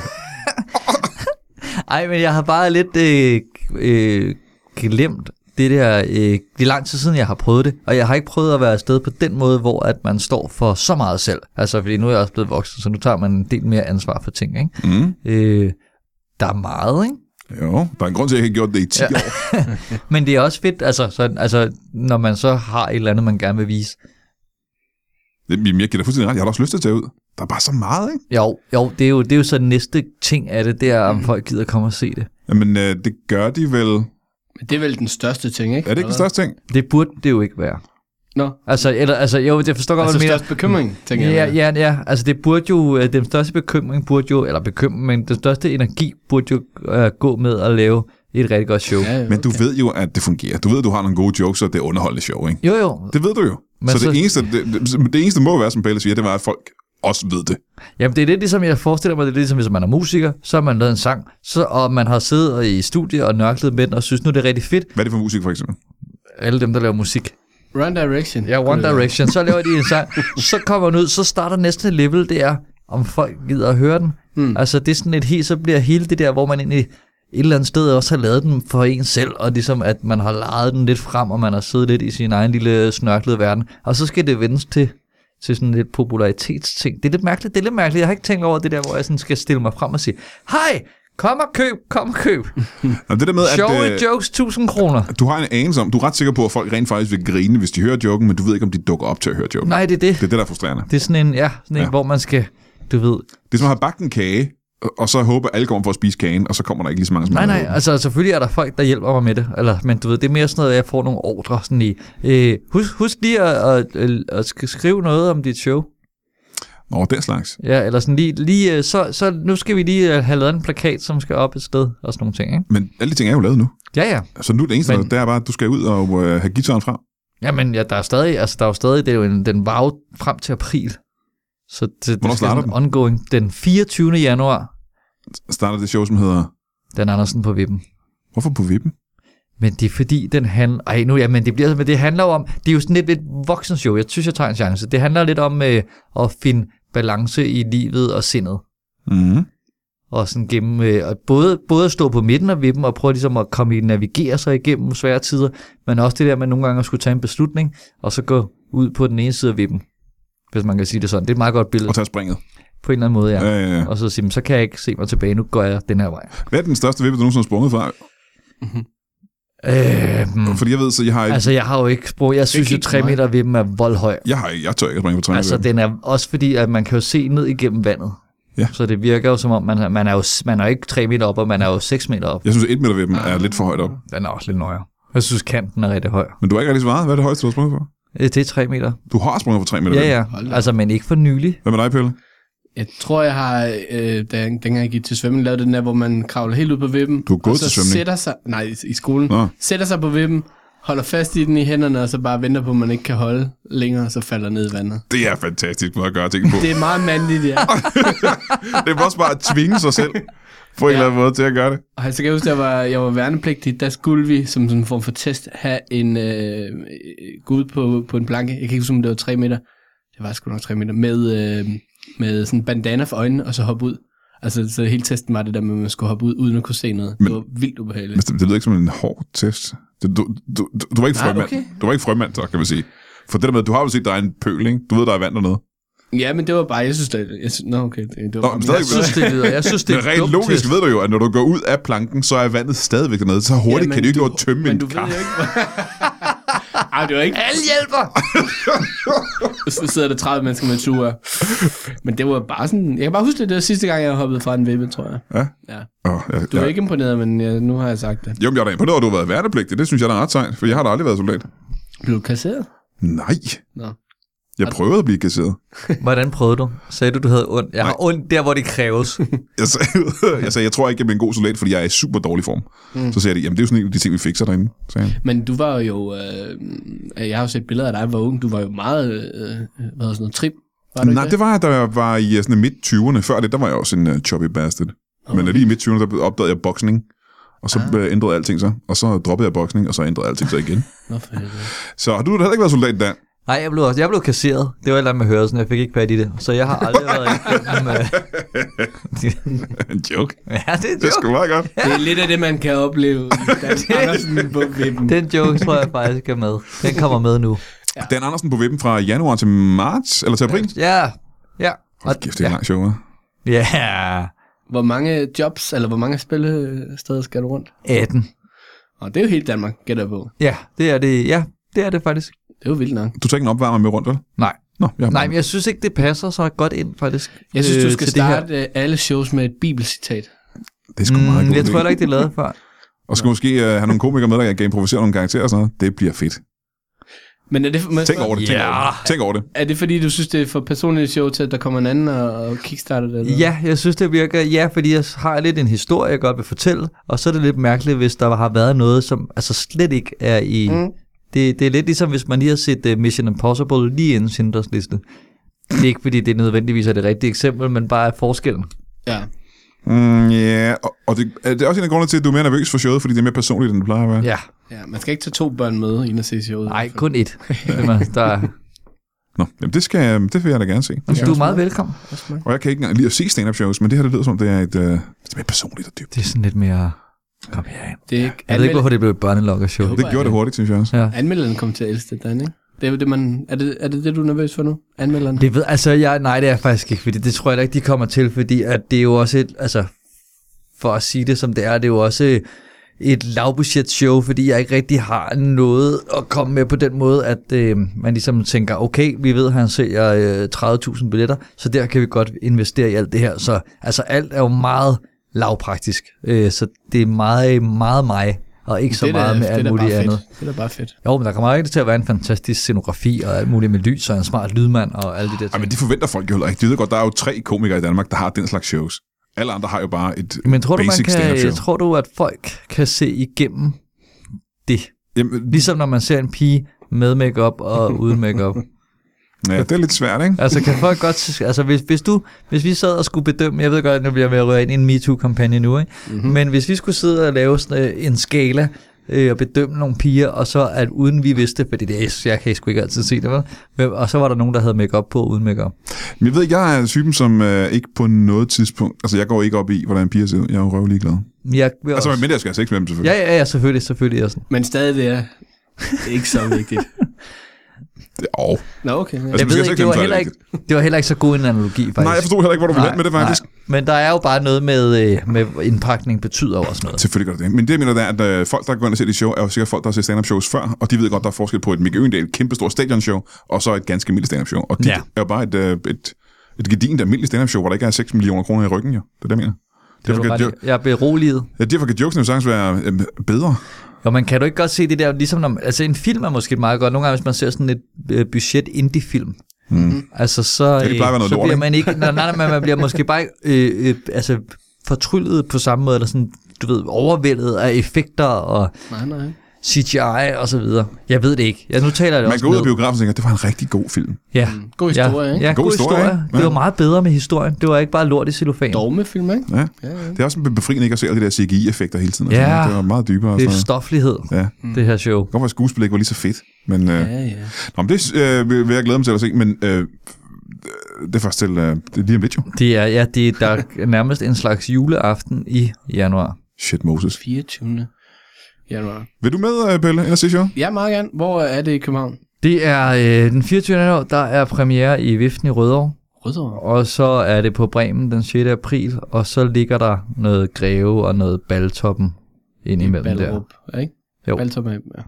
S2: Ej, men jeg har bare lidt øh, øh, glemt det der. Øh, det er lang tid siden, jeg har prøvet det, og jeg har ikke prøvet at være afsted på den måde, hvor at man står for så meget selv. Altså, fordi nu er jeg også blevet voksen, så nu tager man en del mere ansvar for ting, ikke?
S1: Mm.
S2: Øh, der er meget, ikke?
S1: Jo, der er en grund til, at jeg ikke har gjort det i 10 ja. år.
S2: Men det er også fedt, altså, så, altså, når man så har et eller andet, man gerne vil vise.
S1: Det, jamen, jeg giver dig fuldstændig ret. Jeg har da også lyst til at tage ud. Der er bare så meget, ikke?
S2: Jo, jo, det er jo, det er jo så næste ting af det, det er, om folk gider komme og se det.
S1: Jamen, øh, det gør de vel...
S3: Men det er vel den største ting, ikke?
S1: Er det ikke den største ting?
S2: Det burde det jo ikke være.
S3: Nå,
S2: Altså, eller, altså jo, jeg forstår godt,
S3: altså
S2: hvad du mener.
S3: største bekymring, tænker
S2: Ja,
S3: jeg.
S2: ja, ja. Altså det burde jo, øh, den største bekymring burde jo, eller bekymring, men den største energi burde jo øh, gå med at lave et rigtig godt show.
S3: ja.
S1: Men du ved jo, at det fungerer. Du ved, at du har nogle gode jokes, og det er underholdende show, ikke?
S2: Jo, jo.
S1: Det ved du jo.
S2: Men
S1: så, det,
S2: så-
S1: eneste, det, det, det eneste må være, som Pelle siger, det var, at folk også ved det.
S2: Jamen det er lidt ligesom, jeg forestiller mig, det er lidt ligesom, hvis man er musiker, så har man lavet en sang, så, og man har siddet i studiet og nørklet med den, og synes nu, det er rigtig fedt.
S1: Hvad er det for musik, for eksempel?
S2: Alle dem, der laver musik.
S3: Run Direction.
S2: Ja, One Direction. Så laver de en sang, så kommer den ud, så starter næste level, det er, om folk gider at høre den.
S1: Hmm.
S2: Mm. Altså, det er sådan et helt, så bliver hele det der, hvor man egentlig et eller andet sted også har lavet den for en selv, og ligesom at man har lejet den lidt frem, og man har siddet lidt i sin egen lille snørklede verden. Og så skal det vendes til, til sådan lidt popularitetsting. Det er lidt mærkeligt, det er lidt mærkeligt. Jeg har ikke tænkt over det der, hvor jeg sådan skal stille mig frem og sige, hej, kom og køb, kom og køb.
S1: Nå, det der med,
S2: Sjove
S1: at øh,
S2: jokes, 1000 kroner.
S1: du har en anelse om, du er ret sikker på, at folk rent faktisk vil grine, hvis de hører joken, men du ved ikke, om de dukker op til at høre joken.
S2: Nej, det er
S1: Det
S2: det.
S1: er det, der er frustrerende.
S2: Det er sådan en, ja, sådan en,
S1: Ja.
S2: ja. hvor man skal, du ved,
S1: Det er som at have bagt en kage, og- og så håbe, at alle kommer for at spise kagen, og så kommer der ikke lige så mange, som
S2: Nej,
S1: man
S2: nej,
S1: havde håbet.
S2: altså selvfølgelig er der folk, der hjælper mig med det, eller, men du ved, det er mere sådan noget, at jeg får nogle ordre sådan i, øh, husk, husk lige at, at, at, at sk- skrive noget om dit show,
S1: Nå, den slags.
S2: ja, eller sådan lige, lige øh, så, så nu skal vi lige øh, have lavet en plakat, som skal op et sted, og sådan nogle ting, ikke?
S1: Men alle de ting er jo lavet nu.
S2: Ja, ja,
S1: Så nu er det eneste,
S2: Men-
S1: men... der er bare, at du skal ud og øh, have gitaren frem.
S2: ja, men ja, der er stadig, altså der er jo stadig, det er jo en, den var jo frem til april, så det, det
S1: Hvornår
S2: skal
S1: starter
S2: sådan ongoing, den 24. januar,
S1: Starter det show, som hedder...
S2: den Andersen på vippen.
S1: Hvorfor på vippen?
S2: Men det er fordi, den handler... Ej, nu, ja, men det, bliver, men det handler jo om... Det er jo sådan lidt et voksen show. Jeg synes, jeg tager en chance. Det handler lidt om øh, at finde balance i livet og sindet.
S1: Mm-hmm.
S2: Og sådan gennem, øh, og både, både at stå på midten af vippen og prøve ligesom at komme i, navigere sig igennem svære tider, men også det der med nogle gange at skulle tage en beslutning, og så gå ud på den ene side af vippen. Hvis man kan sige det sådan. Det er et meget godt billede.
S1: Og tage springet.
S2: på en eller anden måde, ja.
S1: Ja, ja, ja.
S2: Og så sige, "Men så kan jeg ikke se mig tilbage, nu går jeg den her vej.
S1: Hvad er den største vippe, du nogensinde har sprunget fra?
S2: Øh, mm,
S1: Fordi jeg ved, så jeg har ikke... Altså,
S2: altså, jeg har jo ikke sprog. Jeg synes jo,
S3: gik
S2: 3
S3: mig.
S2: meter ved dem er voldhøj.
S1: jeg, har, ikke- jeg tør ikke at springe på træerne.
S2: Altså, den er også fordi, at man kan jo se ned igennem vandet.
S1: Ja.
S2: Så det virker jo som om, man, man, er jo, man er jo ikke 3 meter op, og man er jo 6 meter op.
S1: Jeg synes, at 1 meter ved dem er lidt for højt op.
S2: Den er også lidt nøjere. Jeg synes, kanten er rigtig høj.
S1: Men du har ikke rigtig svaret. Hvad er det højeste, du har sprunget fra?
S2: Øh, Det er 3 meter.
S1: Du har sprunget fra 3 meter.
S2: Ja,
S1: ved dem.
S3: Hold
S2: ja.
S3: da.
S2: Altså, men ikke for nylig.
S1: Hvad med dig, Pelle?
S3: Jeg tror, jeg har, øh, da jeg, dengang jeg gik til svømning, lavet den der, hvor man kravler helt ud på vippen.
S1: Du er gået
S3: og så
S1: til svømning?
S3: sætter sig, nej, i- i skolen.
S1: Nå.
S3: Nå. Sætter sig på vippen, holder fast i den i hænderne, og så bare venter på, at man ikke kan holde længere, og så falder ned i vandet.
S1: Det er fantastisk måde at gøre ting på.
S3: Det er meget mandligt, ja.
S1: det er også bare at tvinge sig selv på en ja. eller anden måde til at gøre det.
S3: Og så kan jeg huske, da jeg var, jeg var værnepligtig, der skulle vi som sådan en form for test have en øh, øh, gå ud på, på en planke. Jeg kan ikke huske, om det var 3 meter. Det var sgu nok 3 meter. Med, øh, med sådan en bandana for øjnene, og så hoppe ud. Altså, så hele testen var det der med, at man skulle hoppe ud, uden at kunne se noget.
S1: Men-
S3: det var vildt ubehageligt.
S1: Men det, det lyder ikke som en hård test. Det, du, du, du, du var ikke
S3: Nej,
S1: frømand.
S3: okay.
S1: Du var ikke frømand, så kan vi sige. For det der med, du har jo set, der er en pøl, ikke? Du ved, der er vand dernede.
S3: Ja, men det var bare, jeg synes det, jeg synes, nå okay, det, det
S1: Nå,
S3: var bare
S1: men
S3: min-
S1: stadig-
S2: Jeg synes, det lyder. Jeg synes, det
S1: Det
S2: er
S1: men rent
S2: dumt
S1: logisk
S2: test.
S1: ved du jo, at når du går ud af planken, så er vandet stadigvæk dernede. Så hurtigt
S3: Ja,
S1: kan
S3: men
S1: du ikke nå at tømme
S3: men
S1: en
S3: du ved
S1: kar.
S3: jo ikke, hvor- Ej, det var ikke,
S2: Alle hjælper!
S3: så sidder der 30 mennesker med ture. Men det var bare sådan, jeg kan bare huske det, det var sidste gang, jeg hoppede fra en vippe, tror jeg.
S1: Ja?
S3: Ja.
S1: Oh, jeg,
S3: Du er
S1: jeg,
S3: ikke imponeret, men jeg, nu har jeg sagt det.
S1: Jo, men jeg er da imponeret, over, at du har været værnepligtig. Det synes jeg, der er ret sejt, for jeg har da aldrig været soldat.
S3: Blev du kasseret?
S1: Nej.
S3: Nå.
S1: Jeg prøvede at blive kasseret.
S2: Hvordan prøvede du? Sagde du, du havde ondt? Jeg har ondt der, hvor det kræves.
S1: Jeg sagde, jeg sagde, jeg tror ikke, jeg bliver en god soldat, fordi jeg er i super dårlig form. Mm. Så sagde jeg, jamen det er jo sådan en af de ting, vi fikser derinde, sagde han.
S3: Men du var jo, øh, jeg har jo set billeder af dig, hvor ung. Du var jo meget, øh, hvad hedder sådan noget, trim. Var du
S1: Nej,
S3: ikke
S1: det var jeg, da jeg var i øh, sådan midt-20'erne. Før det, der var jeg også en uh, chubby bastard. Okay. Men øh, lige i midt-20'erne, der opdagede jeg boksning. Og så ah. ændrede alting så. Og så droppede jeg boksning, og så ændrede alting så igen.
S3: Nå, for helvede.
S1: så har du da heller ikke været soldat, Dan?
S2: Nej, jeg blev, også, jeg blev kasseret. Det var et eller andet med hørelsen. Jeg fik ikke fat i det. Så jeg har aldrig været igennem... Øh...
S1: en joke.
S2: ja, det er en
S1: Det er
S2: joke.
S1: sgu meget godt.
S3: Det er lidt af det, man kan opleve, da Andersen på vippen.
S2: Den joke tror jeg faktisk er med. Den kommer med nu.
S1: Ja. Dan Andersen på vippen fra januar til marts, eller til april.
S2: Ja, ja. Og,
S1: Hold kæft, det er en lang show, hva'?
S2: ja,
S3: Hvor mange jobs, eller hvor mange spillesteder skal du rundt?
S2: 18.
S3: Og det er jo helt Danmark, gætter jeg på.
S2: Ja, det er det. Ja, det er det faktisk.
S3: Det er jo vildt nok.
S1: Du tager ikke en opvarmer med rundt, vel?
S2: Nej.
S1: Nå, jeg
S2: Nej, men jeg synes ikke, det passer så godt ind, faktisk.
S3: Jeg synes, du
S2: øh,
S3: skal
S2: til det her.
S3: starte øh, alle shows med et bibelcitat.
S1: Det er sgu meget
S2: Mm,
S1: godt.
S2: jeg tror heller ikke, det er lavet før.
S1: Og skal måske uh, have nogle komikere med, der kan improvisere nogle karakterer og sådan noget. Det bliver fedt.
S3: Men er det, for, men,
S1: Tænk over det, tænk
S2: Ja.
S1: over det. Tænk over det.
S3: er det fordi, du synes, det er for personligt show til, at der kommer en anden og, og kickstarter det? eller?
S2: Ja, jeg synes, det virker, ja, fordi jeg har lidt en historie, jeg godt vil fortælle, og så er det lidt mærkeligt, hvis der har været noget, som altså slet ikke er i... Mm. Det, det er lidt ligesom, hvis man lige har set uh, Mission Impossible lige inden Schindlers liste. Det er ikke, fordi det nødvendigvis er det rigtige eksempel, men bare er forskellen.
S3: ja.
S1: Mm, ja, og, og det, er det er også en af grundene til, at du er mere nervøs for showet, fordi det er mere personligt, end det plejer at være.
S2: Ja,
S3: Ja, man skal ikke tage to børn med ind og se showet.
S2: nej, kun et. Det var- der,
S1: Nå, jamen det, skal, det vil jeg da gerne se.
S2: du er meget velkommen.
S1: Og jeg kan ikke engang lide at se stand-up shows, men det her, det lyder som, det er et øh, det er mere personligt og dybt.
S2: Det er sådan lidt mere... Kom herind.
S3: Det er ikke,
S2: Jeg ved ikke,
S3: anmeld-
S2: hvorfor det blev et børnelokker-show.
S1: Det gjorde det hurtigt, synes jeg også.
S2: Ja.
S3: anmelderen kommer til at elske det, Dan, ikke? Det er, jo det, man, er, det, er det det, du er nervøs for nu? Anmelderen?
S2: Det ved, altså, jeg, nej, det er jeg faktisk ikke, fordi det tror jeg da ikke, de kommer til, fordi at det er jo også et, altså, for at sige det som det er, det er jo også et lavbudget show, fordi jeg ikke rigtig har noget at komme med på den måde, at øh, man ligesom tænker, okay, vi ved, han sælger øh, 30.000 billetter, så der kan vi godt investere i alt det her. Så altså, alt er jo meget lavpraktisk, øh, så det er meget, meget mig, og ikke så
S3: er da-
S2: meget med alt
S3: da
S2: muligt
S3: bare
S2: andet.
S3: Fedt. Det er da bare fedt.
S2: Jo, men der kommer ikke til at være en fantastisk scenografi og alt muligt med lys og en smart lydmand og alle de der ting.
S1: Ej, men det forventer folk jo heller ikke. De ved godt, der er jo tre komikere i Danmark, der har den slags shows. Alle andre har jo bare et
S2: Men tror du, man
S1: basic stand-up
S2: kan,
S1: show.
S2: tror du, at folk kan se igennem det?
S1: Jamen,
S2: Ligesom når man ser en pige med makeup og uden makeup.
S1: ja, det er lidt svært, ikke?
S2: Altså kan folk godt... se- Altså hvis, hvis, du, hvis vi sad og skulle bedømme... Jeg ved godt, nu bliver jeg ved at røre ind i en MeToo-kampagne nu, ikke?
S1: Mhm.
S2: Mm-hmm. Men hvis vi skulle sidde og lave sådan øh, en skala øh, og bedømme nogle piger, og så at uden vi vidste, fordi det er, jeg kan sgu ikke altid se det, vel? Hvem- Og så var der nogen, der havde makeup på uden makeup.
S1: Men jeg ved, jeg er typen, som øh, ikke på noget tidspunkt... Altså, jeg går ikke op i, hvordan piger ser ud. Jeg er jo røvlig glad.
S2: Jeg vil
S1: Altså,
S2: også,
S1: men jeg skal have sex med dem, selvfølgelig. Altså,
S2: ja, ja, ja, selvfølgelig, selvfølgelig. er jeg sådan.
S3: Men stadig, det er ikke så vigtigt.
S1: Det, og,
S3: Nå, okay. Ja.
S1: Altså,
S2: Jeg
S1: man skal
S2: ved
S1: selv
S2: ikke, det
S1: kende
S2: var,
S1: sig
S2: heller ikke,
S1: rigtigt.
S2: det var heller ikke så god en analogi, faktisk.
S1: nej, jeg forstod heller ikke, hvor du ville hen med det, faktisk.
S2: Men der er jo bare noget med, øh, med indpakning betyder jo også noget.
S1: Selvfølgelig gør det det. Men det, jeg mener, det er, at øh, folk, der går ind og ser de show, er jo sikkert folk, der har set stand-up shows før, og de ved godt, der er forskel på et Mikke Øgendal, kæmpe stort stadionshow, og så et ganske mildt stand-up show. Og det
S2: Ja.
S1: ja. er jo bare et, øh, et, et gedint almindeligt stand-up show, hvor der ikke er 6 millioner kroner i ryggen, jo. Det er det, jeg mener.
S2: Det
S1: Derfor
S2: var
S1: kan,
S2: bare,
S1: jo,
S2: det. jeg er beroliget.
S1: ja, derfor kan jokesene jo sagtens være øh, bedre.
S2: Jo, man kan du ikke godt se det der, ligesom når, man- altså en film er måske meget godt, nogle gange hvis man ser sådan et øh, budget indie-film, mm. altså så,
S1: det
S2: øh,
S1: plejer at være noget
S2: så
S1: lort,
S2: bliver
S1: ikke?
S2: man ikke, nej, nej, nej, men man bliver måske bare ikke, øh, øh, altså fortryllet på samme måde, eller sådan, du ved, overvældet af effekter og
S3: Nej, nej.
S2: CGI og så videre. Jeg ved det ikke. Jeg, nu taler jeg det
S1: Man
S2: også
S1: går ud af
S2: ned.
S1: biografen og tænker, det var en rigtig god film.
S2: Ja.
S3: God historie,
S2: ja,
S3: ikke?
S2: Ja, god,
S1: God
S2: historie.
S1: historie,
S2: historie.
S1: ikke?
S2: Det var
S1: Ja.
S2: meget bedre med historien. Det var ikke bare lort i cellofan.
S3: Dogmefilm, ikke?
S1: Ja. Det er også befriende ikke at se alle de der CGI-effekter hele tiden. og
S2: Ja.
S1: sådan noget. Det var meget dybere. Og
S2: Det
S1: sådan
S2: er
S1: noget.
S2: stoflighed,
S1: Ja.
S3: Mm.
S2: det her show.
S1: Det var skuespil ikke var lige så fedt. Men, øh,
S3: Ja, ja.
S1: Nå, men det øh, vil vil jeg glæde mig til at se, men øh, det er først til øh, det er lige om lidt jo.
S2: Det er, ja, det er, der er nærmest en slags juleaften i januar.
S1: Shit, Moses.
S3: 24. januar.
S1: Vil du med, øh, Pelle, eller se show?
S3: Ja, meget gerne. Hvor er det i København?
S2: Det er øh, den 24. januar, der er premiere i Viften i Rødovre,
S3: Rødovre.
S2: og så er det på Bremen den 6. april, og så ligger der noget Greve og noget Baltoppen ind imellem der.
S3: Ballerup, er det ikke?
S2: Jo.
S3: Ballerup er, ja.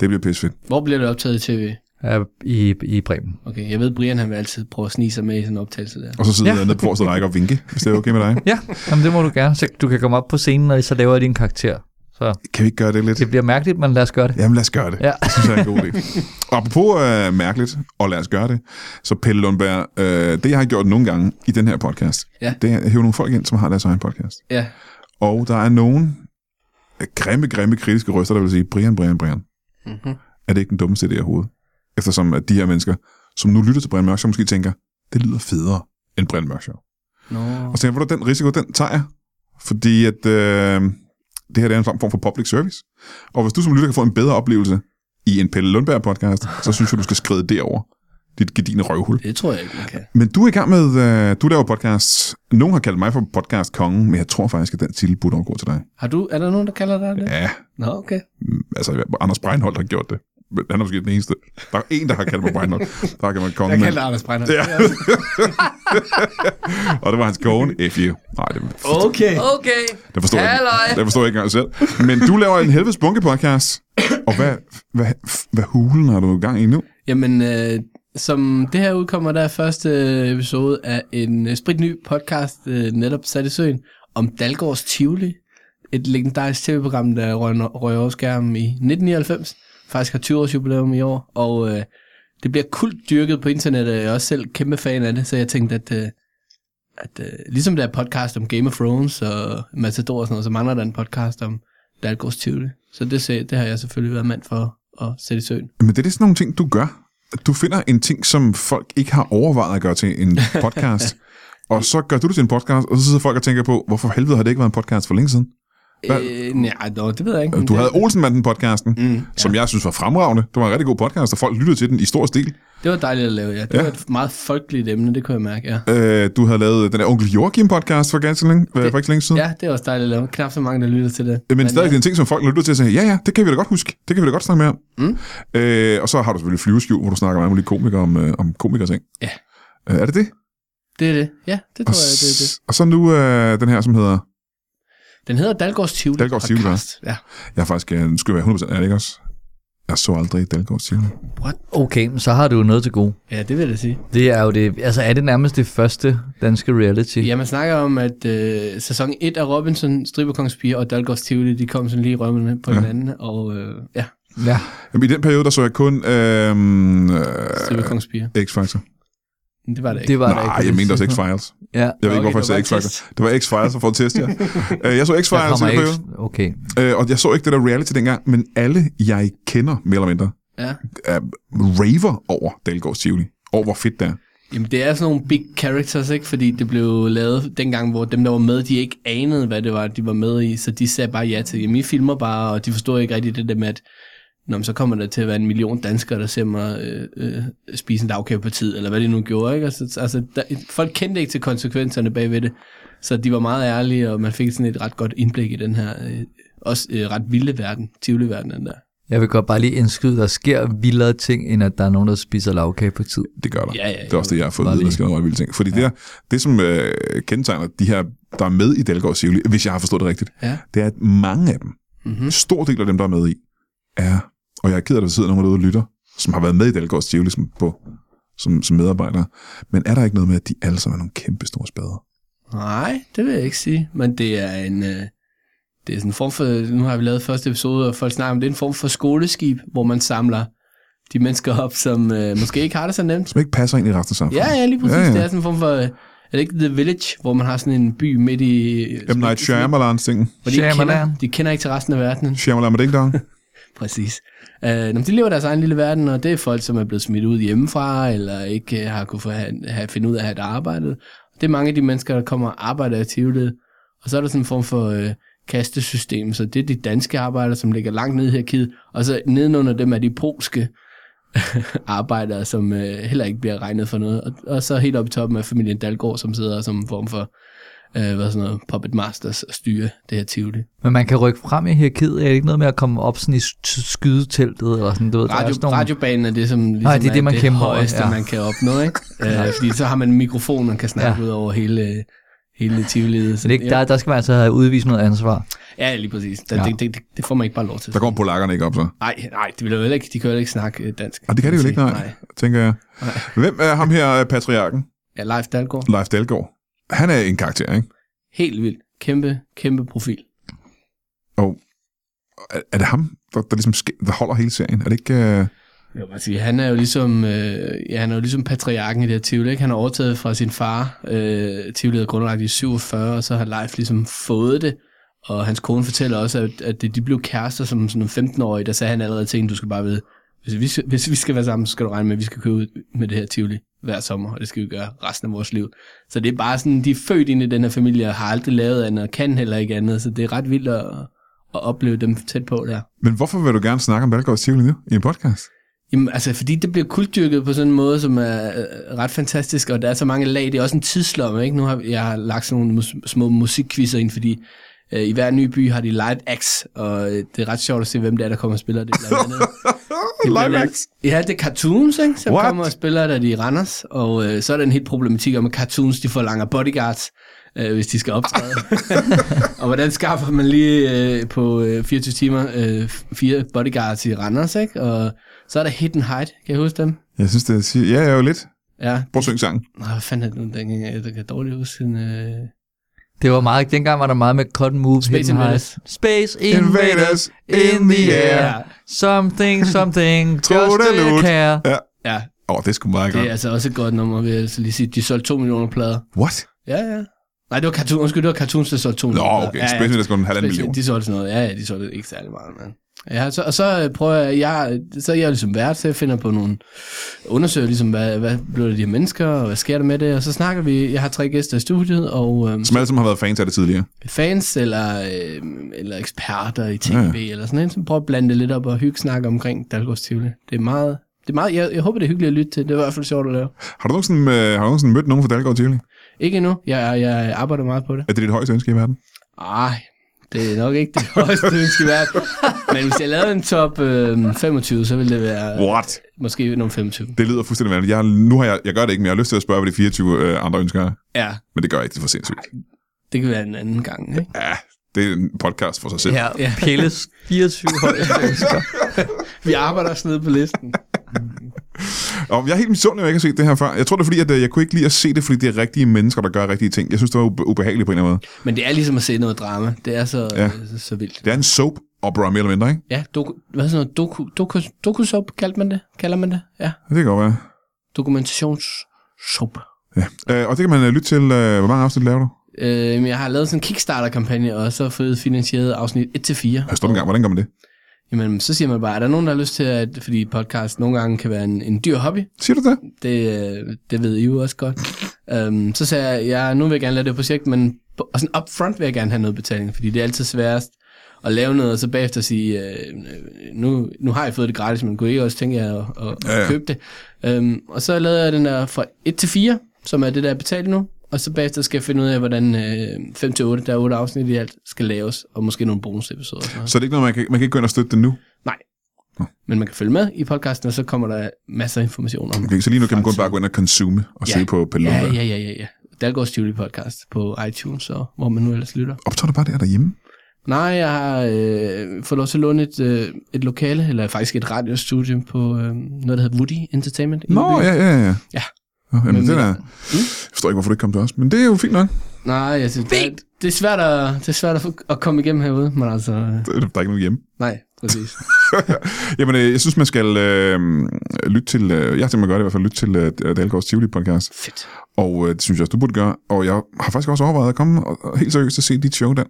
S1: Det bliver pissefedt.
S3: Hvor bliver det optaget i tv?
S2: Er i, i Bremen.
S3: Okay, jeg ved, Brian han vil altid prøve at snige sig med i sådan en optagelse der.
S1: Og så sidder
S2: Ja.
S1: ja. jeg nede på forreste række og vinke, hvis det er okay med dig.
S2: Ja, jamen det må du gerne. Så du kan komme op på scenen, og så laver jeg din karakter. Så
S1: Kan vi ikke gøre det lidt?
S2: det bliver mærkeligt, men lad os gøre det.
S1: Jamen lad os gøre det.
S2: Ja.
S1: Det synes jeg er en god idé. Og Apropos øh, mærkeligt, og lad os gøre det, så Pelle Lundberg, øh, det jeg har gjort nogle gange i den her podcast,
S3: Ja.
S1: det er at hæve nogle folk ind, som har deres egen podcast.
S3: Ja,
S1: Og der er nogen øh, grimme, grimme kritiske røster, der vil sige, Brian, Brian, Brian. Mm-hmm. Er det ikke den dummeste idé overhovedet? Eftersom at de her mennesker, som nu lytter til Brian Mørk, så måske tænker, det lyder federe end Brian Mørk Show.
S3: no.
S1: Og så tænker jeg, "Ved du, den risiko, den tager jeg. Fordi at øh, det her det er en form for public service. Og hvis du som lytter kan få en bedre oplevelse i en Pelle Lundberg podcast, så synes jeg, du skal skride derover dit gedine røvhul.
S3: det tror jeg ikke, man kan.
S1: Men du er i gang med, øh, du laver podcasts. Nogen har kaldt mig for podcastkongen, men jeg tror faktisk, at den titel burde overgå til dig.
S3: Har du, er der nogen, der kalder dig det?
S1: Ja,
S3: Nå, okay.
S1: altså Anders Breinholt har gjort det. Men han er måske den eneste. Der er en, der har kaldt mig Breinholt. Der har kaldt mig kongen.
S3: Jeg kalder
S1: men-
S3: dig Anders Brænder.
S1: Ja. og det var hans kone, F. you. Nej, det,
S3: Okay.
S2: Okay.
S1: det forstår jeg
S2: Halløj.
S1: ikke. Det forstår jeg ikke engang selv. Men du laver en helvedes bunke podcast. Og hvad, hvad, hvad hulen har du i gang i nu?
S3: Jamen, øh, som det her udkommer, der er første øh, episode af en øh, spritny podcast, øh, netop sat i søen, om Dalgårds Tivoli. Et legendarisk tv-program, der røg, røg over skærmen i 1999. Faktisk har 20 års jubilæum i år, og øh, det bliver kult dyrket på internettet. Jeg er også selv kæmpe fan af det, så jeg tænkte, at, øh, at øh, ligesom der er podcast om Game of Thrones og Matador og sådan noget, så mangler der en podcast om Dalgårds Tivoli. Så det, se- det har jeg selvfølgelig været mand for at sætte i søen.
S1: Men det er sådan nogle ting, du gør. Du finder en ting, som folk ikke har overvejet at gøre til en podcast. og så gør du det til en podcast, og så sidder folk og tænker på, hvorfor helvede har det ikke været en podcast for længe siden? Hvad- Øh,
S3: Øh, nej, nå, det ved jeg ikke. men
S1: Du
S3: det,
S1: havde Olsenmanden-podcasten,
S3: Mm,
S1: mm, som jeg synes var fremragende. Det var en rigtig god podcast, og folk lyttede til den i stor stil.
S3: det var dejligt at lave, ja. Det ja.
S1: Ja.
S3: var et meget folkeligt emne, det kunne jeg mærke, ja.
S1: Øh, du havde lavet den der Onkel Joachim-podcast for, ganske længe, det, for ikke så længe siden.
S3: Ja, det var også dejligt at lave. Knap så mange, der lytter til det.
S1: Men, men stadig ja. en ting, som folk lytter til og siger, ja, ja, det kan vi da godt huske. Det kan vi da godt snakke mere om.
S3: Mm.
S1: Øh, og så har du selvfølgelig Flyveskjul, hvor du snakker med alle mulige komikere om, øh, om komikerting.
S3: Ja.
S1: Øh, er det det?
S3: Det er det. Ja, det
S1: Og,
S3: tror jeg, det er det.
S1: s- og så nu øh, den her, som hedder...
S3: Den hedder Dalgårds Tivoli.
S1: Dalgårds Tivoli,
S3: podcast. Ja.
S1: Jeg er faktisk... Øh, nu skal jeg være 100% ærlig, ikke også? Jeg så aldrig Dalgårds Tivoli.
S2: Okay, men så har du jo noget til gode.
S3: ja, det vil jeg da sige.
S2: Det er jo det, altså er det nærmest det første danske reality?
S3: Ja, man snakker om, at øh, sæson 1 af Robinson, Striberkongspiger og Dalgårds Tivoli, de kom sådan lige rømmende på ja. hinanden. Og øh, ja,
S2: ja.
S1: Jamen, I den periode, der så jeg kun øh, øh,
S3: Striberkongspiger.
S1: X-Factor.
S3: Det var det ikke.
S2: Det var der ikke.
S1: Nej, jeg mente også X-Files.
S2: Ja.
S1: Jeg ved ikke,
S3: Okay,
S1: hvorfor jeg sagde
S3: det var en
S1: X-Files. Det var X-Files, der får en test, ja. Øh, jeg så
S2: Der
S1: X-Files, i den
S2: kommer
S1: periode,
S2: ikke. Okay.
S1: øh, og jeg så ikke det der reality dengang, men alle, jeg kender, mere eller mindre,
S3: Ja.
S1: er raver over Dalgårds Tivoli. Over, hvor fedt det er.
S3: Jamen, det er sådan nogle big characters, ikke? Fordi det blev lavet dengang, hvor dem, der var med, de ikke anede, hvad det var, de var med i. Så de sagde bare ja til, jamen, I filmer bare, og de forstod ikke rigtigt det der med, at Nå, men så kommer der til at være en million danskere, der ser mig øh, øh, spise en dagkage på tid, eller hvad de nu gjorde, ikke? Altså, altså der, folk kendte ikke til konsekvenserne bagved det, så de var meget ærlige, og man fik sådan et ret godt indblik i den her, øh, også øh, ret vilde verden, tivoli verden den der.
S2: Jeg vil godt bare lige indskyde, der sker vildere ting, end at der er nogen, der spiser lavkage på tid.
S1: Det gør der.
S3: Ja, ja,
S1: det er også det, jeg har fået
S2: Bare
S1: at vide, der
S2: lige-
S1: sker noget vildt ting. Fordi ja. det, der, det, som øh, kendetegner de her, der er med i Dalgård Sivli, hvis jeg har forstået det rigtigt,
S3: Ja.
S1: det er, at mange af dem, mm-hmm.
S3: Mhm.
S1: en stor del af dem, der er med i, er, og jeg er ked af, at der sidder nogen derude og lytter, som har været med i Dalgård Sivli som, på, som, som medarbejdere, men er der ikke noget med, at de alle sammen er nogle kæmpe store spader?
S3: Nej, det vil jeg ikke sige, men det er en... Øh, det er sådan en form for, nu har vi lavet første episode, og folk snakker om, det er en form for skoleskib, hvor man samler de mennesker op, som øh, måske ikke har det så nemt.
S1: Som ikke passer ind i resten af samfundet?
S3: Ja, ja, lige præcis.
S1: Ja,
S3: Ja,
S1: ja.
S3: ja. Det er sådan en form for, øh, er det ikke The Village, hvor man har sådan en by midt i...
S1: M. Night Shyamalan's ting.
S3: Hvor de, ikke
S2: Shyamalan.
S3: kender, de kender ikke til resten af verdenen.
S1: Shyamalan med ding dong.
S3: Præcis. Øh, nå, men de lever deres egen lille verden, og det er folk, som er blevet smidt ud hjemmefra, eller ikke øh, har kunne få have, have, finde ud af at have et arbejde. Det er mange af de mennesker, der kommer og arbejder i Tivoli. Og så er der sådan en form for øh, kastesystem, så det er de danske arbejdere, som ligger langt nede her kid, og så nedenunder dem er de polske arbejdere, som øh, heller ikke bliver regnet for noget. Og, og så helt oppe i toppen er familien Dalgaard, som sidder som en form for øh, hvad sådan noget, puppet masters og styrer det her Tivoli.
S2: Men man kan rykke frem i hierarkiet. Er det ikke noget med at komme op sådan i sk- skydeteltet? Eller sådan, du ved, der er
S3: Radio,
S2: sådan nogle-
S3: radiobanen er det, som ligesom
S2: Nej, det er det, man
S3: det
S2: kæmper over,
S3: højeste,
S2: ja.
S3: man kan opnå. Ikke? øh, fordi så har man en mikrofon, man kan snakke
S2: Ja.
S3: ud over hele, hele tivoliet.
S2: Så det er ikke,
S3: ja.
S2: der, der skal man altså have udvist noget ansvar.
S3: ja, lige præcis.
S2: Ja.
S3: Det, ja. det, det, det, får man ikke bare lov til.
S1: Der går polakkerne ikke op, så.
S3: Nej, nej, de, vil jo heller ikke, de kan jo heller ikke snakke øh, dansk.
S1: Og det kan de jo ikke, nej, nej. tænker jeg.
S3: Nej.
S1: Hvem er ham her, øh, patriarken?
S3: Ja, Leif Dalgaard.
S1: Leif Dalgaard. Han er en karakter, ikke?
S3: Helt vildt. Kæmpe, kæmpe profil.
S1: Er, er det ham, der, der, ligesom sk- der holder hele serien? Er det ikke... Øh...
S3: Jeg vil bare sige, han er jo ligesom, øh, ja, han er jo ligesom patriarken i det her Tivoli, ikke? Han har overtaget fra sin far. Øh, Tivoli er grundlagt i 47, og så har Leif ligesom fået det. Og hans kone fortæller også, at, at det- de blev kærester som sådan nogle 15-årige, der sagde han allerede til hende, du skal bare vide, hvis vi, skal- hvis vi skal være sammen, så skal du regne med, at vi skal købe ud med det her Tivoli hver sommer, og det skal vi gøre resten af vores liv. Så det er bare sådan, de er født ind i den her familie, og har aldrig lavet andet, og kan heller ikke andet, så det er ret vildt at, at opleve dem tæt på der.
S1: Men hvorfor vil du gerne snakke om Dalgaard Tivoli nu i en podcast?
S3: Jamen, altså, fordi det bliver kulddyrket på sådan en måde, som er øh, ret fantastisk, og der er så mange lag. Det er også en tidslomme, ikke? Nu har jeg har lagt sådan nogle mus- små musikquizzer ind, fordi øh, i hver ny by har de live acts, og øh, det er ret sjovt at se, hvem det er, der kommer og spiller det. Blandt andet. Det er blandt andet- Ja, det er cartoons, ikke? Som
S1: What?
S3: What? kommer og spiller der de i Randers, og øh, så er der en helt problematik om, at cartoons, de forlanger bodyguards, øh, hvis de skal optræde. og hvordan skaffer man lige øh, på øh, 24 timer øh, fire bodyguards i Randers, ikke? Og så er der Hidden Height, kan jeg huske dem?
S1: Jeg synes, det siger... Ja, jeg er jo lidt.
S3: Ja.
S1: Prøv at synge sangen.
S3: Nå, hvad fanden er det nu dengang? Jeg kan dårligt huske en... Øh...
S2: Det var meget, dengang var der meget med Cotton Move.
S3: Space
S2: Hidden Heights. Space Invaders in the air.
S1: Ja.
S3: Ja.
S2: Something, something, just
S1: Trudelut.
S2: a care.
S3: ja,
S1: Åh, oh, det er sgu meget
S3: det
S1: godt.
S3: er altså også et godt nummer, vil jeg altså lige sige. De solgte to millioner plader.
S1: What?
S3: Ja, ja. Nej, det var cartoon, undskyld, det var cartoons, der solgte to
S1: Nå,
S3: millioner
S1: okay.
S3: plader.
S1: Space Invaders går en halvanden
S3: Specielt,
S1: million.
S3: De solgte sådan noget. Ja, ja, de solgte ikke særlig meget, mand. Ja, så, og så øh, prøver jeg, jeg, så er jeg ligesom vært, så jeg finder på nogle, undersøger ligesom, hvad, hvad blev der de her mennesker, og hvad sker der med det, og så snakker vi, jeg har tre gæster i studiet, og øh,
S1: Som alle sammen har været fans af det tidligere.
S3: fans eller, øh, eller eksperter i tv,
S1: Ja,
S3: ja, ja. eller sådan en, så prøver at blande det lidt op og hygge snakke omkring Dalgårds Tivoli. Det er meget, det er meget jeg, jeg håber, det er hyggeligt at lytte til, det er i hvert fald sjovt at lave.
S1: Har du nogensinde, øh, har du nogensinde mødt nogen fra Dalgaard Tivoli?
S3: Ikke endnu, jeg, jeg arbejder meget på det.
S1: Er det dit højeste ønske i verden?
S3: Ej, det er nok ikke det højeste ønske i verden. Men hvis jeg lavede en top øh, 25, så ville det være wow.
S1: What?
S3: måske nummer 25.
S1: Det lyder fuldstændig vanvittigt. Jeg, nu har jeg, jeg gør det ikke, men jeg har lyst til at spørge, hvad de 24 øh, andre ønsker er.
S3: Ja,
S1: Men det gør jeg ikke, det er for sindssygt.
S3: det kan være en anden gang. Ikke?
S1: Ja, det er en podcast for sig selv.
S2: Ja, Pelles 24 højeste ønsker.
S3: Vi arbejder også nede på listen.
S1: Og jeg er helt misundelig, at jeg ikke har set det her før. Jeg tror, det er fordi, at øh, jeg kunne ikke lide at se det, fordi det er rigtige mennesker, der gør rigtige ting. Jeg synes, det var ube- ubehageligt på en eller anden måde.
S3: Men det er ligesom at se noget drama. Det er så,
S1: Ja.
S3: ja. så, så vildt.
S1: Det er en soap opera, mere eller mindre, ikke?
S3: Ja, doku, hvad er sådan noget? Doku, doku, dokusop, kaldte man det? Kalder man det? Ja.
S1: Det kan godt være.
S3: Dokumentationssop.
S1: Ja. Øh, og det kan man øh, lytte til. Øh, hvor mange afsnit laver du?
S3: Øh, men jeg har lavet sådan en Kickstarter-kampagne, og så fået finansieret afsnit 1-4.
S1: Jeg stopper en gang. Hvordan gør man det?
S3: Jamen, så siger man bare, er der nogen, der har lyst til at... Fordi podcast nogle gange kan være en, en dyr hobby.
S1: Siger du det?
S3: Det, øh, det ved I jo også godt. Um, så sagde jeg, ja, nu vil jeg gerne lave det her projekt, men på- og sådan upfront vil jeg gerne have noget betaling, fordi det er altid sværest at lave noget, og så bagefter sige, øh, nu, nu har jeg fået det gratis, men kunne I også tænke jer at, at,
S1: Ja,
S3: ja,
S1: ja.
S3: ja. købe det? Um, og så lavede jeg den der fra 1 til 4, som er det, der er betalt nu, og så bagefter skal jeg finde ud af, hvordan øh, 5 til 8, der er 8 afsnit i alt, skal laves, og måske nogle bonusepisoder. og sådan noget.
S1: Så det er ikke noget, man kan, man kan ikke gå ind og støtte det nu?
S3: Nej. Men man kan følge med i podcasten, og så kommer der masser af information om
S1: Okay, så lige nu kan man kun bare gå ind og consume og
S3: Ja.
S1: søge på Pelle
S3: Ja,
S1: Lundberg.
S3: ja, ja, ja, ja. Der går Stivly Podcast på iTunes, og hvor man nu ellers lytter.
S1: Optager du bare der derhjemme?
S3: Nej, jeg har øh, fået lov til at låne et, øh, et lokale, eller faktisk et radiostudie på øh, noget, der hedder Woody Entertainment. i
S1: Nå,
S3: Ydby.
S1: ja, ja, ja.
S3: Ja.
S1: Nå, jamen,
S3: Men- Mm.
S1: det der... Jeg forstår ikke, hvorfor du ikke kom til os, men det er jo fint nok.
S3: Nej, jeg synes, det, er, det, er svært at, det er svært at, få- at komme igennem herude, men altså, øh,
S1: Der der er ikke nogen hjemme.
S3: nej, præcis.
S1: Jamen, øh, jeg synes, man skal øh, lytte til... Øh, jeg tænker, man gør det i hvert fald, lytte til øh, Dalgaards Tivoli-podcast.
S3: Fedt.
S1: Og øh, det synes jeg også, du burde gøre. Og jeg har faktisk også overvejet at komme og, og helt seriøst at se dit show der.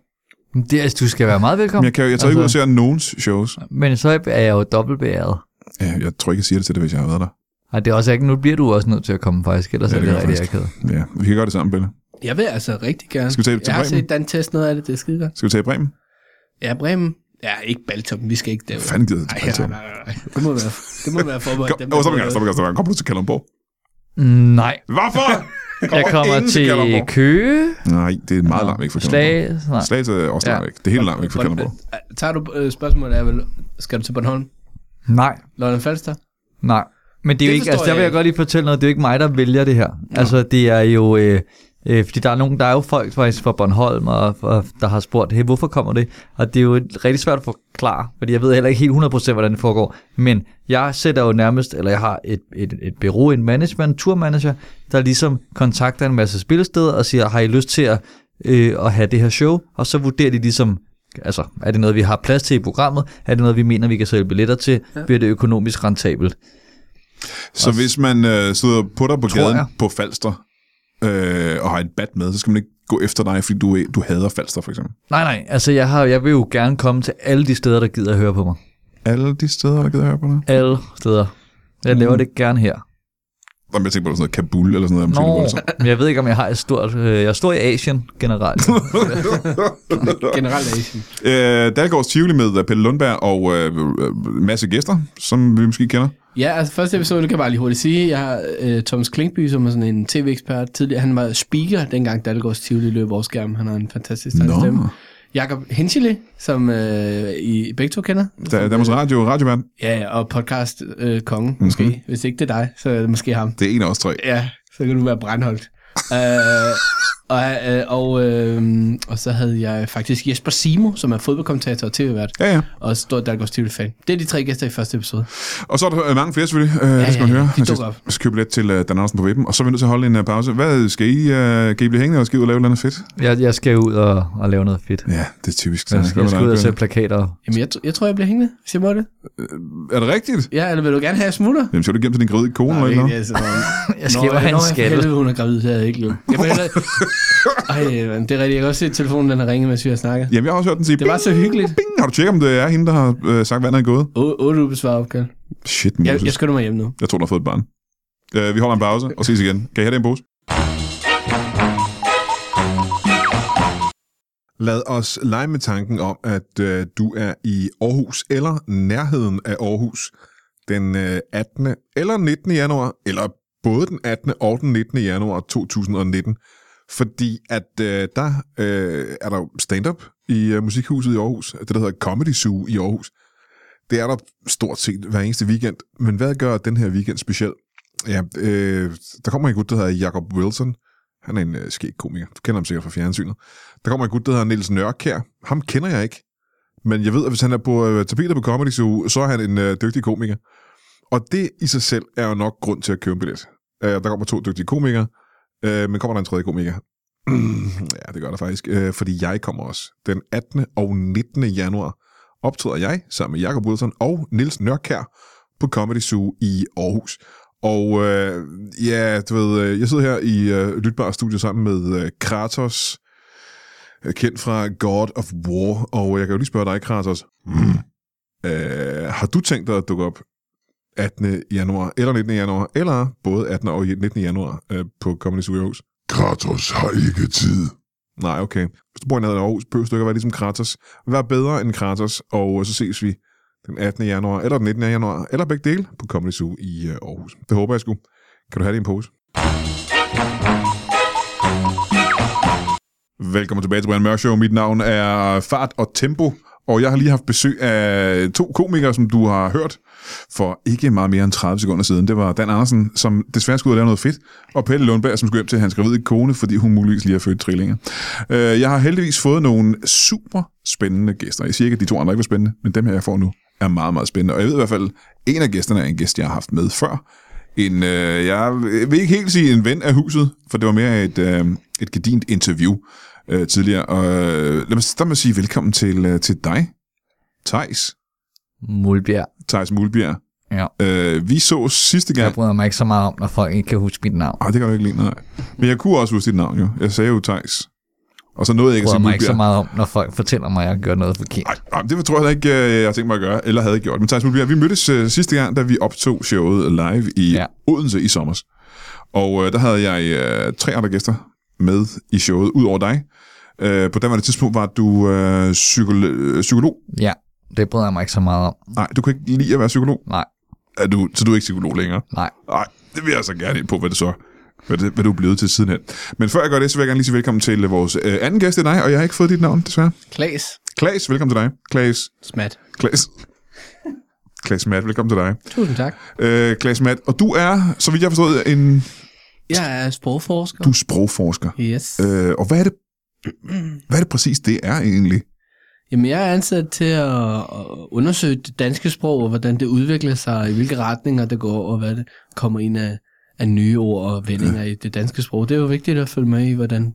S2: Det, er- du skal være meget
S1: Men
S2: velkommen.
S1: jeg, kan, jo- jeg tager altså... ikke ud og
S2: Altså-
S1: ser nogens shows.
S2: Men så er jeg jo dobbeltbæret.
S1: Ja, jeg tror ikke, jeg siger det til dig, hvis jeg har været der.
S2: Og det er også ikke, nu bliver du også nødt til at komme faktisk, ellers
S1: Ja,
S2: ja, er
S1: det
S2: det
S1: gør jeg
S2: rigtig akavet.
S1: Ja, vi kan gøre det sammen, Bella.
S3: Jeg vil altså rigtig gerne.
S1: Skal vi tage til
S3: jeg har
S1: Bremen?
S3: set Dan Test noget af det, det er skide godt.
S1: Skal vi tage i Bremen?
S3: Ja, Bremen. Ja, ikke Baltum, vi skal ikke derud.
S1: Fanden gider det.
S3: Nej,
S1: Ej,
S3: nej, nej, nej. Det må være, det må være forberedt.
S1: Kom, oh, stop en gang, stop en gang, stop en gang. Kom du til Kalundborg?
S2: Mm, Nej,
S1: Hvorfor?
S2: jeg kommer
S1: ingen
S2: til
S1: Kalundborg.
S2: Køge,
S1: Nej, det er meget langt væk fra Kalundborg.
S2: Slage, nej.
S1: Slagelse er også
S2: Ja.
S1: langt væk. Det er helt langt væk fra Kalundborg.
S3: Tager du øh, spørgsmålet er vel, skal du til Bornholm?
S2: nej,
S3: Lolland Falster?
S2: nej. Men det er jo
S3: Det
S2: ikke, altså
S3: forstår
S2: der vil
S3: jeg
S2: jeg
S3: ikke.
S2: godt lige fortælle noget, det er jo ikke mig, der vælger det her. Altså det er jo, øh, øh, fordi der er, nogen, der er jo folk faktisk fra Bornholm, og, og, der har spurgt, hey, hvorfor kommer det? Og det er jo et- rigtig svært at forklare, fordi jeg ved heller ikke helt 100% hvordan det foregår. Men jeg sætter jo nærmest, eller jeg har et, et, et bureau, en management, turmanager, der ligesom kontakter en masse spillesteder og siger, har I lyst til at, øh, at have det her show? Og så vurderer de ligesom, Altså, er det noget, vi har plads til i programmet? Er det noget, vi mener, vi kan sælge billetter til? Ja. Bliver det økonomisk rentabelt?
S1: Så hvis man øh, sidder på dig på
S2: Tror
S1: gaden
S2: jeg.
S1: på Falster, øh, og har et bat med, så skal man ikke gå efter dig, fordi du, du hader Falster, for eksempel.
S2: Nej, nej, altså jeg, har, jeg vil jo gerne komme til alle de steder, der gider at høre på mig.
S1: Alle de steder, der gider høre på dig?
S2: Alle steder. Jeg laver
S1: Mm.
S2: det gerne her.
S1: Jamen, jeg tænker på sådan noget Kabul eller sådan noget. måske lidt
S2: Nå,
S1: voldsomt.
S2: men jeg ved ikke, om jeg har et stort... Øh, jeg er stor i Asien generelt.
S3: Generelt Asien.
S1: øh, Dalgaards Tivoli med øh, Pelle Lundberg og øh, øh, masse gæster, som vi måske kender.
S3: Ja, altså første episode, det kan jeg bare lige hurtigt sige. Jeg har øh, Thomas Klinkby, som er sådan en tv-ekspert tidligere. Han var speaker, dengang Dalgårds Tivoli løb over skærmen. Han har en fantastisk no.
S1: Nå.
S3: stemme. Jakob Henschele, som øh, I begge to kender.
S1: Der, Danmarks Radio, Radiovært.
S3: Ja, og podcast øh, konge, måske. Mm-hmm. Hvis ikke det er dig, så er det måske ham.
S1: Det er en af os tre.
S3: Ja, så kan du være brandholdt. øh, og, øh, og, øh, og så havde jeg faktisk Jesper Simo, som er fodboldkommentator og tv-vært,
S1: Ja, ja.
S3: og stor Dalgårds Tivoli-fan. Det er de tre gæster i første episode.
S1: Og så er der øh, mange flere selvfølgelig. Øh, ja, det skal man
S3: ja,
S1: høre.
S3: de
S1: Man skal-
S3: dukker op.
S1: man skal købe billet til øh, Dan Andersen på webben. Og så er vi nødt til at holde en øh, pause. Hvad skal I? øh, kan I blive hængende og skal I ud og lave et eller andet fedt?
S2: jeg, jeg skal ud og, og lave noget fedt.
S1: Ja, det er typisk. sådan.
S2: Jeg skal, jeg skal ud og
S1: Hvad
S2: sætte plakater.
S3: Jamen, jeg, tr- jeg tror, jeg bliver hængende, hvis jeg må det.
S1: med dig? Er det rigtigt?
S3: Ja, eller vil du gerne have, at jeg smutter?
S1: Jamen, skal du igennem til din gravide kone
S3: Nej,
S1: eller
S3: det er ikke
S1: noget?
S3: det, altså. Nå,
S2: Jeg skal jo
S3: jeg-
S2: have en
S3: nå, jeg-
S2: skalle.
S3: Helvede, hun er gravid, det havde jeg ikke løbet. Jeg mener, ej, man, det er rigtigt. Jeg kan også se, at telefonen den har ringet, mens vi har snakket.
S1: Jamen, jeg har også hørt den sige,
S3: Det var
S1: "Bing,
S3: så hyggeligt.
S1: bing." Har du tjekket, om det er hende, der har øh, sagt, vandet er gået?
S3: O- Otte ubesvarede opkald.
S1: Shit,
S3: Jeg,
S1: Moses.
S3: jeg skynder mig hjem nu.
S1: Jeg tror, du har fået et barn. Øh, vi holder en pause og ses igen. Kan I have den pose? Lad os lege med tanken om, at øh, du er i Aarhus eller nærheden af Aarhus den øh, 18. eller 19. januar, eller både den 18. og den 19. januar 2019. Fordi at øh, der øh, er der jo stand-up i øh, Musikhuset i Aarhus, det der hedder Comedy Zoo i Aarhus. Det er der stort set hver eneste weekend. Men hvad gør den her weekend speciel? Ja, øh, der kommer en gut, der hedder Jacob Wilson. Han er en øh, skæg komiker. Du kender ham sikkert fra fjernsynet. Der kommer en gut, der hedder Niels Nørkær. Ham kender jeg ikke. Men jeg ved, at hvis han er på øh, tapetet på Comedy Zoo, så er han en øh, dygtig komiker. Og det i sig selv er jo nok grund til at købe en billet. Øh, der kommer to dygtige komikere, øh, men kommer der en tredje komiker? ja, det gør der faktisk. Øh, fordi jeg kommer også. Den 18. og 19. januar optræder jeg sammen med Jakob Wilson og Nils Nørkær på Comedy Zoo i Aarhus. Og øh, ja, du ved, øh, jeg sidder her i øh, Lytbar Studio sammen med øh, Kratos, øh, kendt fra God of War. Og jeg kan jo lige spørge dig, Kratos. Mm. Øh, har du tænkt dig at dukke op 18. januar, eller 19. januar, eller både 18. og 19. januar øh, på Comedy Zoo i Aarhus? Kratos har ikke tid. Nej, okay. Hvis du bor i nærheden af Aarhus, behøver du ikke at være ligesom Kratos. Vær bedre end Kratos, og øh, så ses vi den 18. januar, eller den 19. januar, eller begge dele på Comedy Zoo i øh, Aarhus. Det håber jeg sgu. Kan du have det i en pose? Velkommen tilbage til Brian Mørk Show. Mit navn er Fart og Tempo, og jeg har lige haft besøg af to komikere, som du har hørt for ikke meget mere end 30 sekunder siden. Det var Dan Andersen, som desværre skulle ud og lave noget fedt, og Pelle Lundberg, som skulle hjem til hans gravide kone, fordi hun muligvis lige har født trillinger. Øh, Jeg har heldigvis fået nogle super spændende gæster. Jeg siger ikke, at de to andre ikke var spændende, men dem her, jeg får nu, er meget, meget spændende. Og jeg ved i hvert fald, at en af gæsterne er en gæst, jeg har haft med før, en, øh, jeg vil ikke helt sige en ven af huset, for det var mere et, øh, et gedint interview øh, tidligere. Og øh, lad mig starte med at sige velkommen til, øh, til dig, Tejs.
S2: Mulbjerg.
S1: Tejs Mulbjerg.
S2: Ja.
S1: Øh, vi så sidste
S2: Jeg
S1: gang...
S2: bryder mig ikke så meget om, når folk ikke kan huske mit navn.
S1: Ej, det kan du ikke lide, nej. Men jeg kunne også huske dit navn, jo. Jeg sagde jo Tejs. Og så nåede jeg
S2: Jeg
S1: ikke at
S2: bryder
S1: sige
S2: mig ikke så
S1: Mulbjerg.
S2: meget om, når folk fortæller mig, at jeg gør noget forkert.
S1: Nej, nej, det tror jeg heller ikke, øh, jeg har tænkt mig at gøre, eller havde gjort. Men Thijs Mulbjerg, vi mødtes øh, sidste gang, da vi optog showet live i ja.
S2: Ja.
S1: Odense i sommer. Og øh, der havde jeg øh, tre andre gæster med i showet, ud over dig. Øh, på det tidspunkt var du øh, psykolo- øh, psykolog.
S2: Ja, det bryder jeg mig ikke så meget om.
S1: Nej, du kunne ikke lide at være psykolog.
S2: Nej,
S1: Er du, så du er ikke psykolog længere?
S2: nej.
S1: Nej, det vil jeg så gerne ind på, hvad det så er. hvad, det, hvad du er blevet til sidenhen. Men før jeg gør det, så vil jeg gerne lige sige velkommen til øh, vores øh, anden gæst, det er dig, og jeg har ikke fået dit navn, desværre.
S3: Klaas.
S1: Klaas, velkommen til dig. Klaas,
S3: Smat.
S1: Klaas. Klaas Matt, velkommen til dig.
S3: Tusind tak.
S1: Øh, Klaas Matt, og du er, så vidt jeg har forstået, en,
S3: Jeg er sprogforsker.
S1: du er sprogforsker.
S3: Yes.
S1: Øh, og hvad er, det, hvad er det præcis, det er egentlig?
S3: Jamen, jeg er ansat til at at undersøge det danske sprog, og hvordan det udvikler sig, i hvilke retninger det går, og hvad det kommer ind af, af nye ord og vendinger i det danske sprog. Det er jo vigtigt at følge med i, hvordan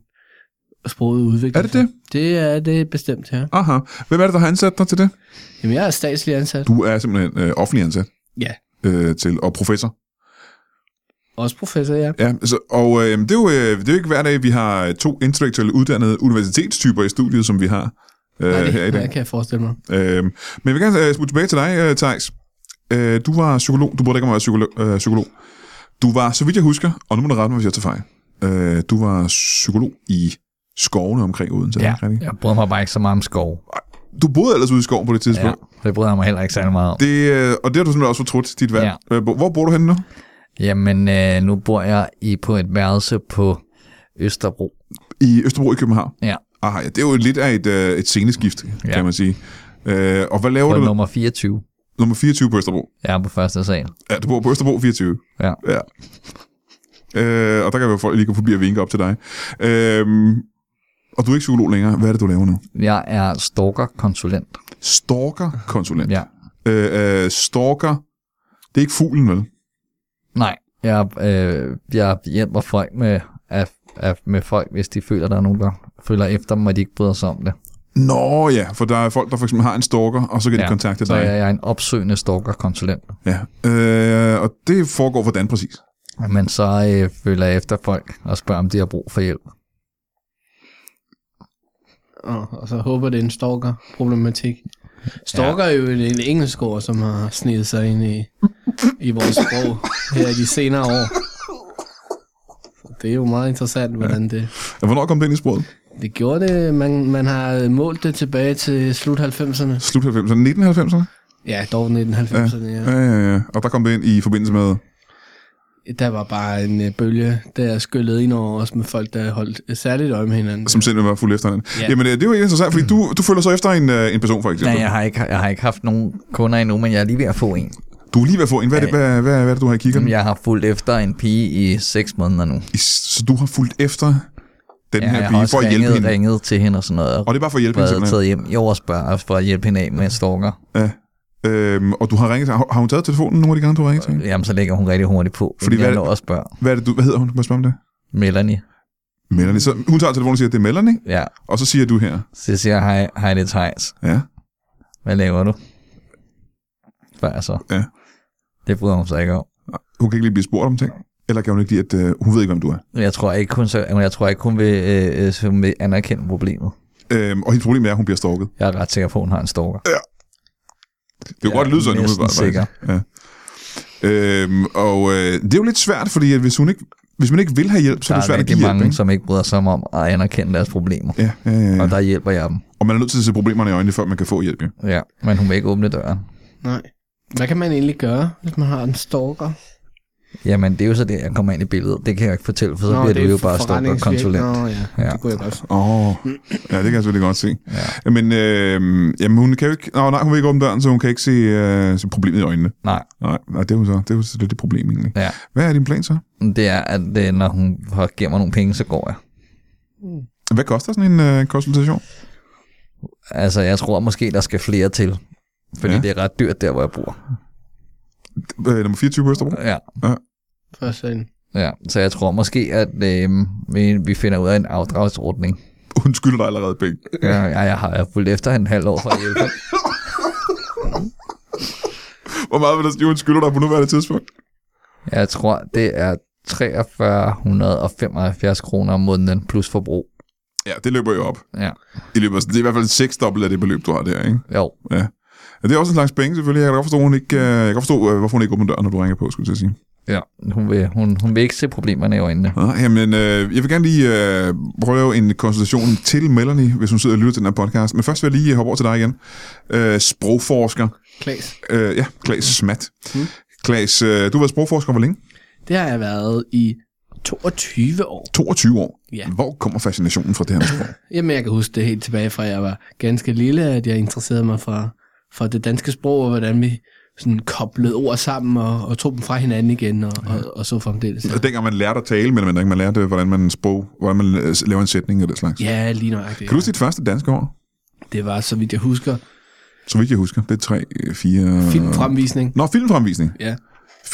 S3: sproget udvikler
S1: Er det
S3: sig.
S1: det?
S3: Det er det bestemt her. Ja.
S1: Aha, hvem er det, der har ansat dig til det?
S3: Jamen, jeg er statslig ansat.
S1: Du er simpelthen øh, offentlig ansat
S3: Ja.
S1: øh, til, og professor.
S3: Også professor, ja.
S1: Ja, så, og øh, det, er jo, øh, det er jo ikke hver dag, vi har to intellektuelle uddannede universitetstyper i studiet, som vi har øh,
S3: Nej, det,
S1: her i dag.
S3: nej, kan jeg forestille mig.
S1: Øh, men jeg vil gerne øh, smutte tilbage til dig, øh, Thijs. Øh, du var psykolog. Du burde ikke om at være psykolog, øh, psykolog. Du var, så vidt jeg husker, og nu må du rette mig, hvis jeg tager fejl. Øh, du var psykolog i skovene omkring Odense. er det
S2: Ja,
S1: ikke rigtigt?
S2: jeg bryder mig bare ikke så meget om skov.
S1: Du boede ellers ude i skoven på det
S2: Ja,
S1: tidspunkt. Ja.
S2: det bryder jeg mig heller ikke særlig meget om.
S1: Det, øh, og det har du simpelthen også fortrudt, dit valg. Ja. Øh, hvor- hvor bor du henne nu?
S2: Jamen, øh, nu bor jeg i på et værelse på Østerbro.
S1: I Østerbro i København?
S2: Ja,
S1: Ah, ja, det er jo lidt af et, øh, et sceneskift, ja.
S2: Ja.
S1: kan man sige. Øh, og hvad laver
S2: på
S1: du?
S2: nummer 24.
S1: Nummer 24 på Østerbro.
S2: Jeg er på første sal.
S1: Ja, du bor på Østerbro 24.
S2: Ja.
S1: Ja. Øh, og der kan jo folk lige gå forbi og vinke op til dig. Øh, og du er ikke psykolog længere. Hvad er det, du laver nu?
S2: Jeg er stalker-konsulent.
S1: Stalker-konsulent.
S2: Ja.
S1: Øh, øh, stalker. Det er ikke fuglen, vel?
S2: Nej, jeg, øh, jeg hjælper folk med, af, af, med folk, hvis de føler, der er nogen, der følger efter dem, og de ikke bryder sig om det.
S1: Nå ja, for der er folk, der for eksempel har en stalker, og så kan ja, de kontakte
S2: så
S1: dig.
S2: jeg er en opsøgende stalker-konsulent.
S1: Ja. Øh, og det foregår hvordan præcis?
S2: Men så øh, følger jeg efter folk og spørger, om de har brug for hjælp.
S3: Og, og så håber det er en stalker-problematik. Stalker er jo et, et engelsk ord, som har snedet sig ind i, i vores sprog her i de senere år. Så det er jo meget interessant, hvordan det...
S1: Ja, Hvornår kom det ind i sproget?
S3: Det gjorde det. Man, man har målt det tilbage til slut 90'erne.
S1: Slut 90'erne? 1990'erne?
S3: Ja, dog 1990'erne, ja.
S1: Ja, ja, ja. Og der kom det ind i forbindelse med...
S3: Der var bare en øh, bølge, der skyllede ind over os med folk, der holdt øh, særligt øje med hinanden.
S1: Som simpelthen var fuld efter hinanden. Ja.
S3: Ja.
S1: Jamen, øh, det er jo ikke interessant,
S2: Mm.
S1: fordi du, du følger så efter en, øh, en person, for eksempel.
S2: Nej, jeg har, ikke, jeg har ikke haft nogen kunder endnu, men jeg er lige ved at få en.
S1: Du er lige ved at få en. Hvad er det, hvad, hvad, hvad er det du har i kiggeren?
S2: Jamen, Jeg har fulgt efter en pige i 6 måneder nu.
S1: I- Så du har fulgt efter den
S2: Ja,
S1: ja, her
S2: jeg har
S1: pige
S2: også
S1: for at hjælpe
S2: ringet,
S1: hende.
S2: ringet til hende og sådan noget.
S1: Og det er bare for at hjælpe hende,
S2: været
S1: simpelthen.
S2: taget hjem i overspørg for at hjælpe hende af med stalker.
S1: Ja. Øhm, og du har ringet til, har, har hun taget telefonen nogle af de gange, du har ringet til hende?
S2: Jamen, så lægger hun rigtig hurtigt på,
S1: Fordi
S2: fordi jeg
S1: hvad-
S2: når at spørge.
S1: Hvad, er det, du, hvad hedder hun? Må jeg spørge om det?
S2: Melanie.
S1: Melanie. Så hun tager telefonen og siger, at det er Melanie,
S2: Ja,
S1: og så siger du her.
S2: så siger jeg, hej, hej det er Thijs.
S1: Ja.
S2: Hvad laver du? Spørger jeg så.
S1: Ja.
S2: Det bryder hun sig ikke om.
S1: Hun kan ikke lige blive spurgt om ting. Eller kan hun ikke lide, at øh, hun ved ikke, hvem du er.
S2: Men Jeg tror ikke, hun, så, jeg tror ikke, hun vil, øh, øh, så hun vil anerkende problemet.
S1: Øhm, og hendes problem er, at hun bliver stalket.
S2: Jeg er ret sikker på, at hun har en stalker.
S1: Det kan
S2: Jeg
S1: godt
S2: er
S1: lyde sådan,
S2: næsten
S1: umiddelbart,
S2: sikker.
S1: faktisk. Ja. Øhm, og øh, det er jo lidt svært, fordi at hvis, hun ikke, hvis man ikke vil have hjælp, så er
S2: Der
S1: det
S2: er
S1: svært at
S2: rigtig
S1: give
S2: mange,
S1: hjælp. Ikke?
S2: som ikke bryder sig om at anerkende deres problemer.
S1: Ja, ja, ja, ja.
S2: Og der hjælper jeg dem.
S1: Og man er nødt til at se problemerne i øjnene, før man kan få hjælp. Ja.
S2: Ja, men hun vil ikke åbne døren.
S3: Nej. Hvad kan man egentlig gøre, hvis man har en stalker?
S2: Jamen, det er jo så det, jeg kommer ind i billedet. Det kan jeg ikke fortælle, for så
S3: Nå,
S2: Nå, bliver
S3: det
S2: du
S3: er
S2: jo bare stået og
S3: forretningsvirk-
S2: konsulent.
S3: Nå, ja.
S2: Ja.
S3: ja. Det kunne jeg godt.
S1: Åh, oh, ja, det kan jeg selvfølgelig godt se. Ja. Men øh, jamen, hun kan jo ikke... Nå, nej, hun vil ikke åbne døren, så hun kan ikke se, øh, se problemet i øjnene.
S2: Nej,
S1: Nej, nej det er jo så, det er jo så lidt et problem egentlig.
S2: ja.
S1: Hvad er din plan så?
S2: Det er, at øh, når hun har- giver mig nogle penge, så går jeg.
S1: Hvad koster sådan en øh, konsultation?
S2: Altså, jeg tror måske, der skal flere til. Fordi
S1: Ja.
S2: ja. det er ret dyrt der, hvor jeg bor.
S1: Øh, nummer 24 på Østerbro?
S2: Ja,
S3: For sådan.
S2: ja. Så jeg tror måske, at øh, vi, vi finder ud af en afdragsordning.
S1: Hun skylder dig allerede penge.
S2: Ja, ja, jeg har jeg har fulgt efter en halv år for at hjælpe. hende.
S1: Hvor meget vil der sige, hun skylder dig på nuværende tidspunkt?
S2: Jeg tror, det er 4375 kroner om måneden plus forbrug.
S1: Ja, det løber jo op.
S2: Ja,
S1: Det, løber, det er i hvert fald seks dobbelt af det beløb, du har der, ikke?
S2: jo.
S1: Ja. ja. det er også en slags penge, selvfølgelig. Jeg kan godt forstå, hun ikke, øh, jeg kan forstå øh, hvorfor hun ikke åbner døren, når du ringer på, skulle jeg til at sige.
S2: Ja, hun vil, hun, hun vil ikke se problemerne i øjnene.
S1: Nå, jamen, øh, jeg vil gerne lige øh, prøve at lave en konsultation til Melanie, hvis hun sidder og lytter til den her podcast. Men først vil jeg lige hoppe over til dig igen. Øh, sprogforsker.
S3: Klaas.
S1: Øh, ja, Klaas Smat.
S3: Hmm?
S1: Mm. Klaas, øh, du har været sprogforsker hvor længe?
S3: Det har jeg været i 22 år.
S1: 22 år.
S3: Ja.
S1: Hvor kommer fascinationen fra det her med sprog?
S3: Jamen, jeg kan huske det helt tilbage fra, at jeg var ganske lille, at jeg interesserede mig for, for det danske sprog, og hvordan vi sådan koblede ord sammen og, og tog dem fra hinanden igen, og, og, og så fremdeles.
S1: Og Altså, dengang man lærte at tale, men man, ikke? man lærte, hvordan man, sprog, hvordan man øh, laver en sætning og det slags.
S3: Ja, lige nøjagtigt.
S1: Kan du huske dit første danske ord?
S3: Det var, så vidt jeg husker,
S1: Så vidt jeg husker. Det er tre, øh, fire...
S3: filmfremvisning.
S1: Nå, filmfremvisning.
S3: Ja,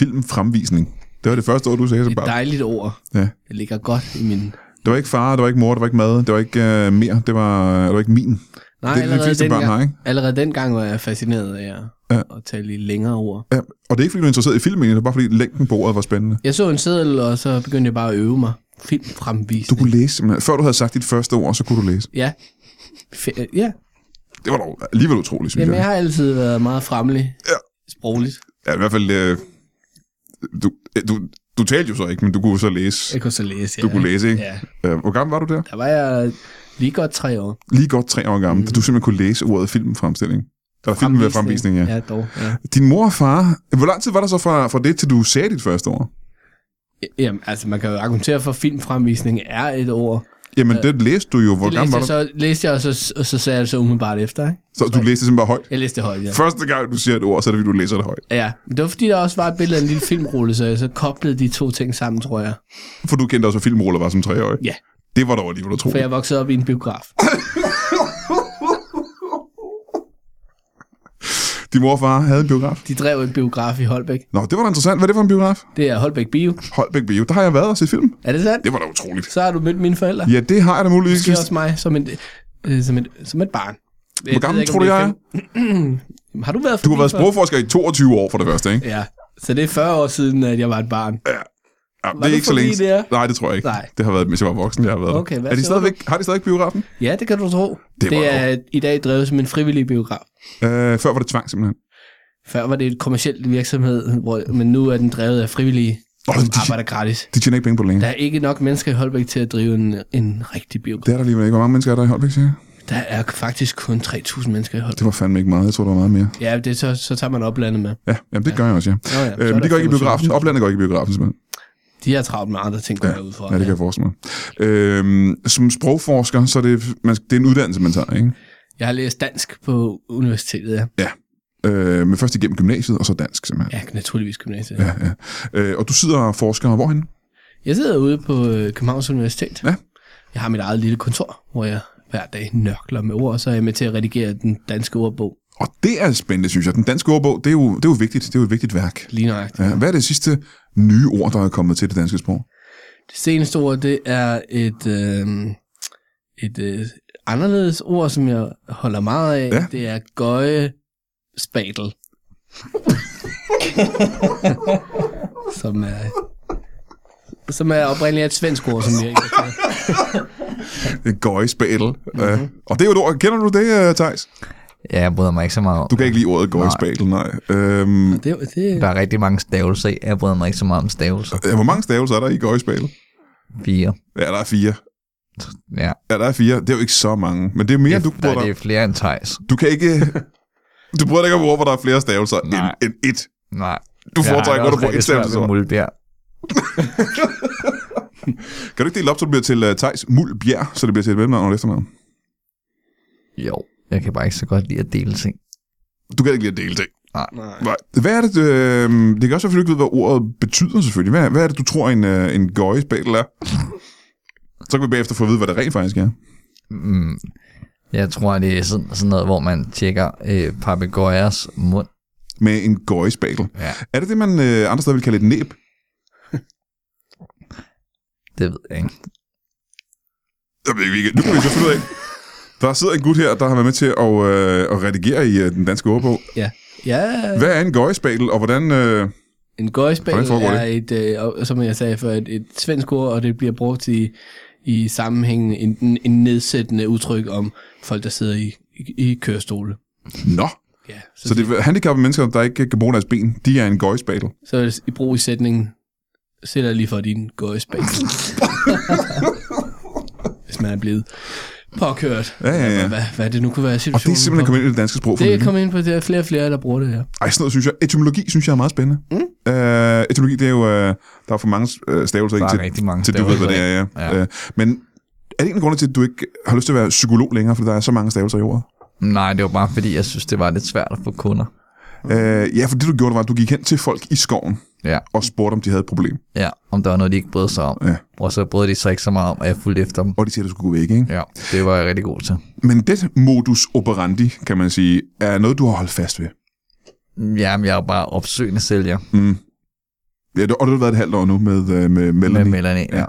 S1: Filmfremvisning. Det var det første ord, du sagde. Så
S3: et
S1: bare,
S3: dejligt ord.
S1: ja.
S3: Det ligger godt i min...
S1: Det var ikke far, det var ikke mor, det var ikke mad, det var ikke øh, mere, det var, det var ikke min.
S3: Nej,
S1: Det er de fleste børn har, ikke?
S3: allerede dengang var jeg fascineret af at,
S1: Ja.
S3: ja. at tale i længere ord.
S1: Ja, og det er ikke, fordi du er interesseret i film, egentlig, det er bare fordi længden på ordet var spændende.
S3: Jeg så en seddel, og så begyndte jeg bare at øve mig.
S1: Du
S3: Filmfremvisning.
S1: kunne læse, simpelthen. Før du havde sagt dit første ord, så kunne du læse.
S3: Ja. Fe- øh, ja,
S1: Det var dog alligevel utroligt, synes
S3: Jamen,
S1: jeg.
S3: jeg har altid været meget fremmelig
S1: Ja.
S3: sprogligt.
S1: Ja, i hvert fald... Øh, du, øh, du, du talte jo så ikke, men du kunne så læse.
S3: Jeg kunne så læse, ja.
S1: Du kunne læse, ikke?
S3: Ja,
S1: Øh, Hvor gammel var du der?
S3: der var jeg lige godt tre år.
S1: Lige godt tre år gammel, mm. da du simpelthen kunne læse ordet filmfremstilling. Der var film med fremvisning, ja.
S3: Ja, dog. Ja.
S1: Din mor og far, hvor lang tid var der så fra, fra det, til du sagde dit første ord?
S3: Jamen, altså, man kan jo argumentere for, at filmfremvisning er et ord.
S1: Jamen, det læste du jo. Hvor
S3: det
S1: gammel
S3: læste
S1: var
S3: jeg,
S1: du?
S3: så, læste jeg, og så, og så sagde jeg det så umiddelbart efter, ikke?
S1: Så du læste det simpelthen bare højt?
S3: Jeg læste det højt, ja.
S1: Første gang, du siger et ord, så er det, fordi du læser det højt.
S3: Ja, men det var fordi, der også var et billede af en lille filmrulle, så jeg så koblede de to ting sammen, tror jeg.
S1: For du kendte også, hvad filmroller var som treårig.
S3: Ja,
S1: Det var dog alligevel
S3: for
S1: utroligt.
S3: jeg voksede op i en biograf.
S1: Din mor og far havde en biograf.
S3: De drev en biograf i Holbæk.
S1: Nå, det var da interessant. Hvad er det for en biograf?
S3: Det er Holbæk Bio.
S1: Holbæk Bio. Der har jeg været og set film.
S3: Er det sandt?
S1: Det var da utroligt.
S3: Så har du mødt mine forældre.
S1: Ja, det har jeg da muligvis.
S3: Måske også mig som, en, øh, som, et, som et barn.
S1: Hvor gammel tror du, jeg er?
S3: er? Har du været
S1: Du har været
S3: forbi
S1: sprogforsker i 22 år for det første, ikke?
S3: før? Ja, så det er 40 år siden, at jeg var et barn.
S1: Øh. Ja,
S3: Var du forbi der?
S1: Nej, det tror jeg ikke.
S3: Nej.
S1: Det har været, mens jeg var voksen, jeg har været. der.
S3: Okay, hvad
S1: er de
S3: så
S1: stadigvæk, har de stadig biografen?
S3: Ja, det kan du tro.
S1: Det
S3: Det,
S1: var
S3: det er i dag drevet som en frivillig biograf.
S1: Øh, før var det tvang, simpelthen.
S3: Før var det en kommersiel virksomhed, hvor, men nu er den drevet af frivillige,
S1: Nå,
S3: som
S1: de-
S3: arbejder gratis.
S1: De tjener ikke penge på det længe.
S3: Der er ikke nok mennesker i Holbæk til at drive en, en rigtig
S1: Det
S3: biograf.
S1: er der alligevel ikke. Hvor mange mennesker er der i Holbæk, siger jeg?
S3: Der er faktisk kun 3.000 mennesker i
S1: Det
S3: Holbæk.
S1: var fandme ikke meget. Jeg tror, der var meget mere.
S3: Ja, det, er så, så tager man oplandet med.
S1: Ja, jamen, det gør jeg også, ja.
S3: Nå ja, så
S1: Øh,
S3: er
S1: men
S3: der
S1: det går ikke i
S3: 25.000.
S1: biografen. Oplandet går ikke i biografen, simpelthen.
S3: De har travlt med andre ting, går ja. ud fra.
S1: Ja, det kan jeg forestille mig. Øhm, som sprogforsker, så er det, man, det er en uddannelse, man tager, ikke?
S3: Jeg har læst dansk på universitetet, ja.
S1: Øh, men først igennem gymnasiet, og så dansk, simpelthen.
S3: Ja, naturligvis gymnasiet.
S1: Ja, ja. Øh, og du sidder og forsker, hvorhen?
S3: Jeg sidder ude på øh, Københavns Universitet.
S1: Ja.
S3: Jeg har mit eget lille kontor, hvor jeg hver dag nørkler med ord, og så er jeg med til at redigere den danske ordbog
S1: Og det er spændende, synes jeg. Den danske ordbog, det er jo, det er jo vigtigt. Det er jo et vigtigt værk.
S3: lige nøjagtigt.
S1: Ja, hvad er det sidste nye ord, der er kommet til det danske sprog?
S3: Det seneste ord, det er et, øh, et øh, anderledes ord, som jeg holder meget af.
S1: Ja.
S3: Det er gøje spadel. som er som er oprindeligt et svensk ord, som jeg ikke har taget.
S1: Gøjspadel. Mm-hmm. Ja. Og det er jo et ord. Kender du det, øh, Thijs?
S2: Ja, jeg bryder mig ikke så meget om.
S1: Du kan ikke lide ordet gøjspadel, nej. Øhm,
S3: Det, det,
S2: Mm. Der er rigtig mange stavelser i. Jeg bryder mig ikke så meget om stavelser.
S1: ja, hvor mange stavelser er der i gøjspadel?
S2: Fire.
S1: Ja, der er fire.
S2: Ja.
S1: Ja, der er fire. Det er jo ikke så mange. Men det er mere,
S2: Ja,
S1: end du
S2: der,
S1: bruger
S2: det er flere end Thijs.
S1: Du kan ikke... Du bruger dig ikke om ord, hvor der er flere stavelser end,
S2: Nej.
S1: end et.
S2: Nej.
S1: Du foretrækker, at du bruger et stavelse.
S2: Mulbjerg.
S1: Kan du ikke dele op, så det bliver til uh, Thijs Muld Bjerg, så det bliver til et mellemnavn og et efternavn?
S2: Jo, jeg kan bare ikke så godt lide at dele ting.
S1: Du kan ikke lige at dele ting.
S3: Nej.
S1: Nej. Hvad er det, øh, det kan også selvfølgelig ikke vide, hvad ordet betyder selvfølgelig. Hvad, hvad er det, du tror, en, øh, en gøjespadel er? Så kan vi bagefter få at vide, hvad det rent faktisk er.
S2: Mm, jeg tror, det er sådan, sådan noget, hvor man tjekker øh, papegøjers mund.
S1: Med en gøjespadel.
S2: Ja.
S1: Er det det, man øh, andre steder vil kalde et næb?
S2: Det ved jeg ikke.
S1: Jeg ved ikke, hvilket- nu kan vi så finde ud af. Der sidder en gut her, der har været med til at, øh, at redigere i øh, den danske ordbog.
S3: Ja. Ja,
S1: Hvad er en gøjespadel, og hvordan... Øh,
S3: En gøjspæl
S1: Hvordan foregår
S3: er et, øh, og- som jeg sagde før, et, et svensk ord, og det bliver brugt i, i sammenhængen en, en- en nedsættende udtryk om folk, der sidder i, i, i kørestole.
S1: nå,
S3: Ja, så,
S1: så
S3: så, det...
S1: det er handicappede mennesker, der ikke kan bruge deres ben, de er en gøjespadel.
S3: så er det i brug i sætningen, sæt dig lige for din gøjspæl. Hvis man er blevet påkørt.
S1: Ja, ja, ja.
S3: Hvad, hvad det nu kunne være
S1: Og det
S3: situationen.
S1: er simpelthen
S3: på.
S1: kommet ind i det danske sprog for
S3: det er
S1: nylig.
S3: kommet ind på, det er flere og flere, der bruger det her.
S1: Ej, sådan noget synes jeg. Etymologi synes jeg er meget spændende. Mm. Øh, etymologi, det er jo... Øh, der er for mange øh, stavelser
S2: Der
S1: ind
S2: er
S1: til,
S2: rigtig mange
S1: til du ved, hvad det
S2: stavelser
S1: er.
S2: i.
S1: Ja. Øh, men er det en af grunde til, at du ikke har lyst til at være psykolog længere, for der er så mange stavelser i ordet?
S2: Nej, det var bare fordi, jeg synes, det var lidt svært at få kunder.
S3: Mm.
S1: Øh, ja, for det du gjorde, det var, at du gik hen til folk i skoven
S2: Ja,
S1: og spurgte, om de havde et problem.
S2: ja om der var noget, de ikke brød sig om.
S1: Ja.
S2: Og så brød de sig ikke så meget om, at jeg fulgte efter dem.
S1: Og de siger, at du skulle gå væk, ikke?
S2: Ja, det var jeg rigtig god til.
S1: Men det modus operandi, kan man sige, er noget, du har holdt fast ved.
S2: Jamen, jeg er jo bare opsøgende sælger
S1: Mm. Ja, det- og det har været et halvt år nu med, øh, med Melanie.
S2: med Melanie. Ja.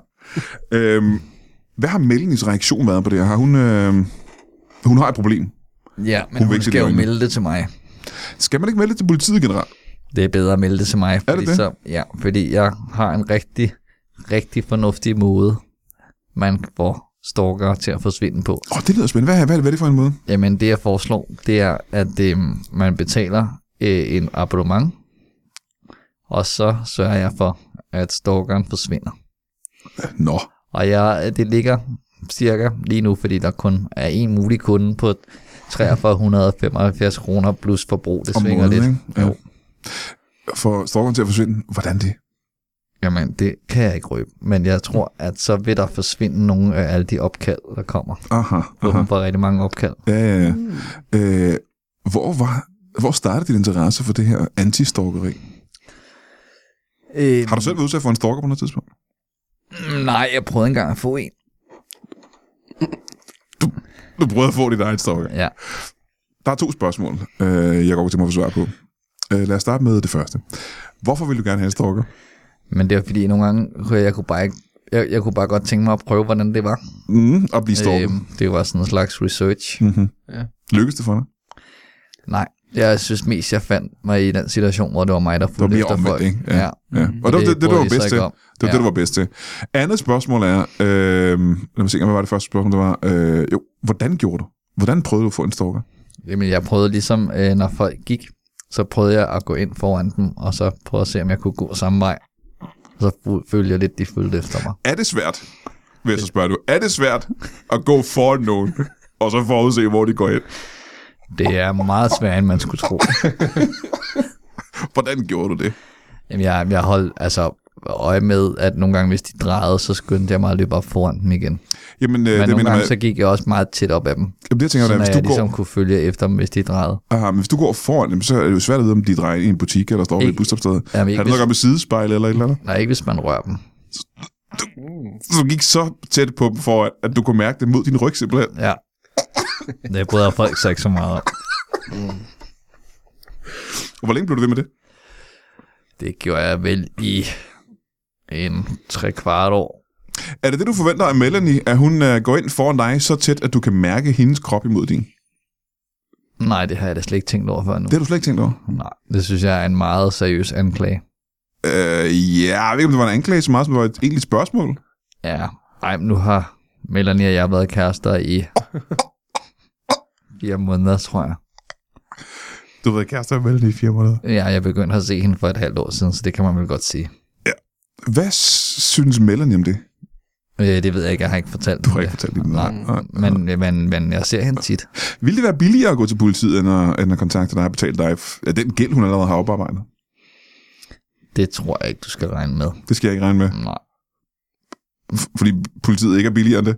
S1: Ja. øhm, hvad har Melanies reaktion været på det her? Har hun, øh, hun har et problem.
S2: ja, men
S1: Hun
S2: hun,
S1: vil ikke
S2: skal
S1: se
S2: jo
S1: det i øjnene.
S2: melde det til mig.
S1: Skal man ikke melde det til politiet generelt?
S2: Det er bedre at melde det til mig. Fordi
S1: det det?
S2: Så, ja, fordi jeg har en rigtig, rigtig fornuftig måde, man får stalker til at forsvinde på.
S1: Åh, oh, det lyder spændende. Hvad, hvad, hvad er det for en måde?
S2: Jamen, det jeg foreslår, det er, at øh, man betaler øh, en abonnement, og så sørger jeg for, at stalkeren forsvinder.
S1: Nå,
S2: Og jeg, det ligger cirka lige nu, fordi der kun er en mulig kunde på 4375 kroner plus forbrug. Det
S1: Om
S2: svinger
S1: måneden,
S2: lidt.
S1: ikke? Ja.
S2: Jo.
S1: for stalkeren til at forsvinde. Hvordan det?
S2: Jamen, det kan jeg ikke røbe. Men jeg tror, at så vil der forsvinde nogle af alle de opkald, der kommer.
S1: Aha,
S2: For
S1: aha.
S2: hun får rigtig mange opkald.
S1: Ja, ja, ja. Øh, hvor, var, hvor startede din interesse for det her antistalkeri?
S2: Øh,
S1: Har du selv været udsat for en stalker på noget tidspunkt?
S2: Nej, jeg prøvede engang at få en.
S1: Du prøvede at få dit eget stalker.
S2: Ja.
S1: Der er to spørgsmål, øh, jeg går til mig at få svar på. Øh, lad os starte med det første. Hvorfor vil du gerne have en stalker?
S2: Men det var fordi, nogle gange, kunne jeg, jeg kunne bare ikke jeg, jeg kunne bare godt tænke mig at prøve, hvordan det var.
S1: Mm, at blive stalker. Øhm.
S2: Øhm, det var sådan en slags research.
S1: Mm-hmm.
S3: Ja.
S1: Lykkedes det for dig?
S2: Nej, jeg synes mest, jeg fandt mig i den situation, hvor det var mig, der
S1: Det var
S2: fulgte
S1: mere
S2: efter
S1: omvendt,
S2: folk.
S1: ikke? Ja. ja. Og det, var det, det, det du
S2: brød
S1: var
S2: de sig
S1: bedst
S2: ikke
S1: til.
S2: om.
S1: Det var ja. det, du var bedst til. Andet spørgsmål er, øh, lad mig se, hvad var det første spørgsmål, der var? Øh, jo, hvordan gjorde du? Hvordan prøvede du at få en stalker?
S2: Jamen, jeg prøvede ligesom, øh, når folk gik, så prøvede jeg at gå ind foran dem, og så prøvede at se, om jeg kunne gå samme vej. Og så fu- følte jeg lidt, de fulgte efter mig.
S1: Er det svært, vil jeg så spørge du, er det svært at gå foran nogen, og så forudse, hvor de går ind?
S2: Det er meget sværere, end man skulle tro.
S1: Hvordan gjorde du det?
S2: Jamen, jeg, jeg holdt altså øje med, at nogle gange, hvis de drejede, så skyndte jeg mig at løbe op foran dem igen.
S1: Jamen, øh,
S2: Men
S1: det
S2: nogle
S1: mener
S2: gange,
S1: jeg,
S2: så gik jeg også meget tæt op af dem.
S1: jamen, det jeg tænker
S2: Så
S1: jeg,
S2: når
S1: hvis
S2: jeg
S1: du
S2: ligesom
S1: går,
S2: kunne følge efter dem, hvis de drejede.
S1: Aha, men hvis du går foran dem, så er det jo svært at vide, om de drejer ind i en butik, eller står ved et
S2: Ikke-
S1: busstopsted. Har
S2: Jamen,
S1: det
S2: ikke,
S1: noget at
S2: hvis,
S1: gøre med sidespejl eller et eller andet?
S2: nej, ikke hvis man rører dem.
S1: Så du gik så tæt på dem, for at, at du kunne mærke det mod din ryg simpelthen.
S2: Ja. Det bryder folk sig ikke så meget om.
S1: Og hvor længe blev du ved med det?
S2: Det gjorde jeg vel i en tre kvart år.
S1: Er det det, du forventer af Melanie, at hun uh, går ind foran dig så tæt, at du kan mærke hendes krop imod din?
S2: Nej, det har jeg da slet ikke tænkt over før nu.
S1: Det har du slet ikke tænkt over.
S2: Nej, det synes jeg er en meget seriøs anklage.
S1: Øh, ja, jeg ved ikke, om det var en anklage så meget, som det var et egentligt spørgsmål.
S2: Ja, ej, men nu har Melanie og jeg været kærester i fire måneder, tror jeg.
S1: Du har været kærester med Melanie i fire måneder.
S2: Ja, jeg begyndte at se hende for et halvt år siden, så det kan man vel godt sige.
S1: Hvad synes Melanie om det?
S2: Øh, det ved jeg ikke, jeg har ikke fortalt
S1: Du har
S2: hende
S1: ikke
S2: det.
S1: fortalt det.
S2: Nej, men, men, men jeg ser hende tit.
S1: Ville det være billigere at gå til politiet, end at, end at kontakte dig og betale dig f- ja, den gæld, hun allerede har oparbejdet?
S2: Det tror jeg ikke, du skal regne med.
S1: Det skal jeg ikke regne med.
S2: Nej.
S1: F- Fordi politiet ikke er billigere end det.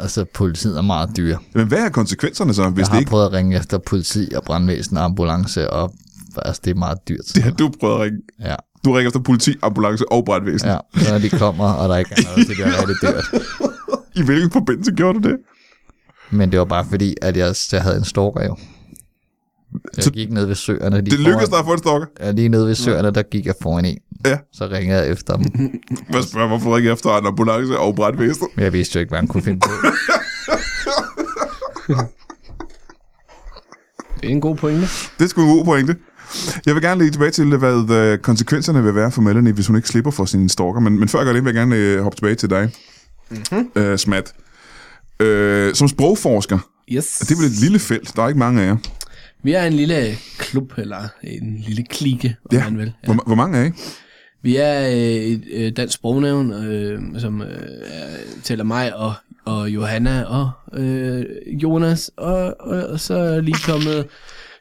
S2: Altså, politiet er meget dyre.
S1: Men hvad er konsekvenserne så, hvis
S2: jeg
S1: det
S2: har
S1: ikke...
S2: prøvet at ringe efter politi og brandvæsen og ambulance, og altså, det er meget dyrt.
S1: Det har du prøvet at ringe.
S2: Ja,
S1: Du ringer efter politi, ambulance og brandvæsen. Ja.
S2: ja. Så når de kommer, og der ikke er noget, så det er rigtig dyrt.
S1: I hvilken forbindelse gjorde du det?
S2: Men det var bare fordi, at jeg, jeg havde en stalker jo.
S1: Så
S2: Jeg gik ned ved søerne. Lige
S1: Det lykkedes dig
S2: foran,
S1: at få en stalker.
S2: Ja, lige nede ved søerne, der gik jeg foran en.
S1: Ja. Mhm.
S2: Så ringede jeg efter dem.
S1: Hvad spørger, hvorfor ringer jeg efter en ambulance og brandvæsen?
S2: Men jeg vidste jo ikke, hvad han kunne finde på.
S3: Det er en god pointe.
S1: Det skulle en god pointe. Jeg vil gerne lige tilbage til, hvad øh, konsekvenserne vil være for Melanie, hvis hun ikke slipper for sin stalker. Men, men før jeg gør det, vil jeg gerne øh, hoppe tilbage til dig, mm-hmm. øh, Smat. Øh, som sprogforsker,
S3: Yes.
S1: det er vel et lille felt, der er ikke mange af jer.
S3: Vi er en lille klub, eller en lille klike, om
S1: Ja.
S3: ja. man vil.
S1: Hvor, hvor mange af jer?
S3: Vi er øh, et øh, dansk sprognævn, øh, som øh, er- tæller mig og, og Johanna og øh, Jonas, og, og, og så er lige kommet,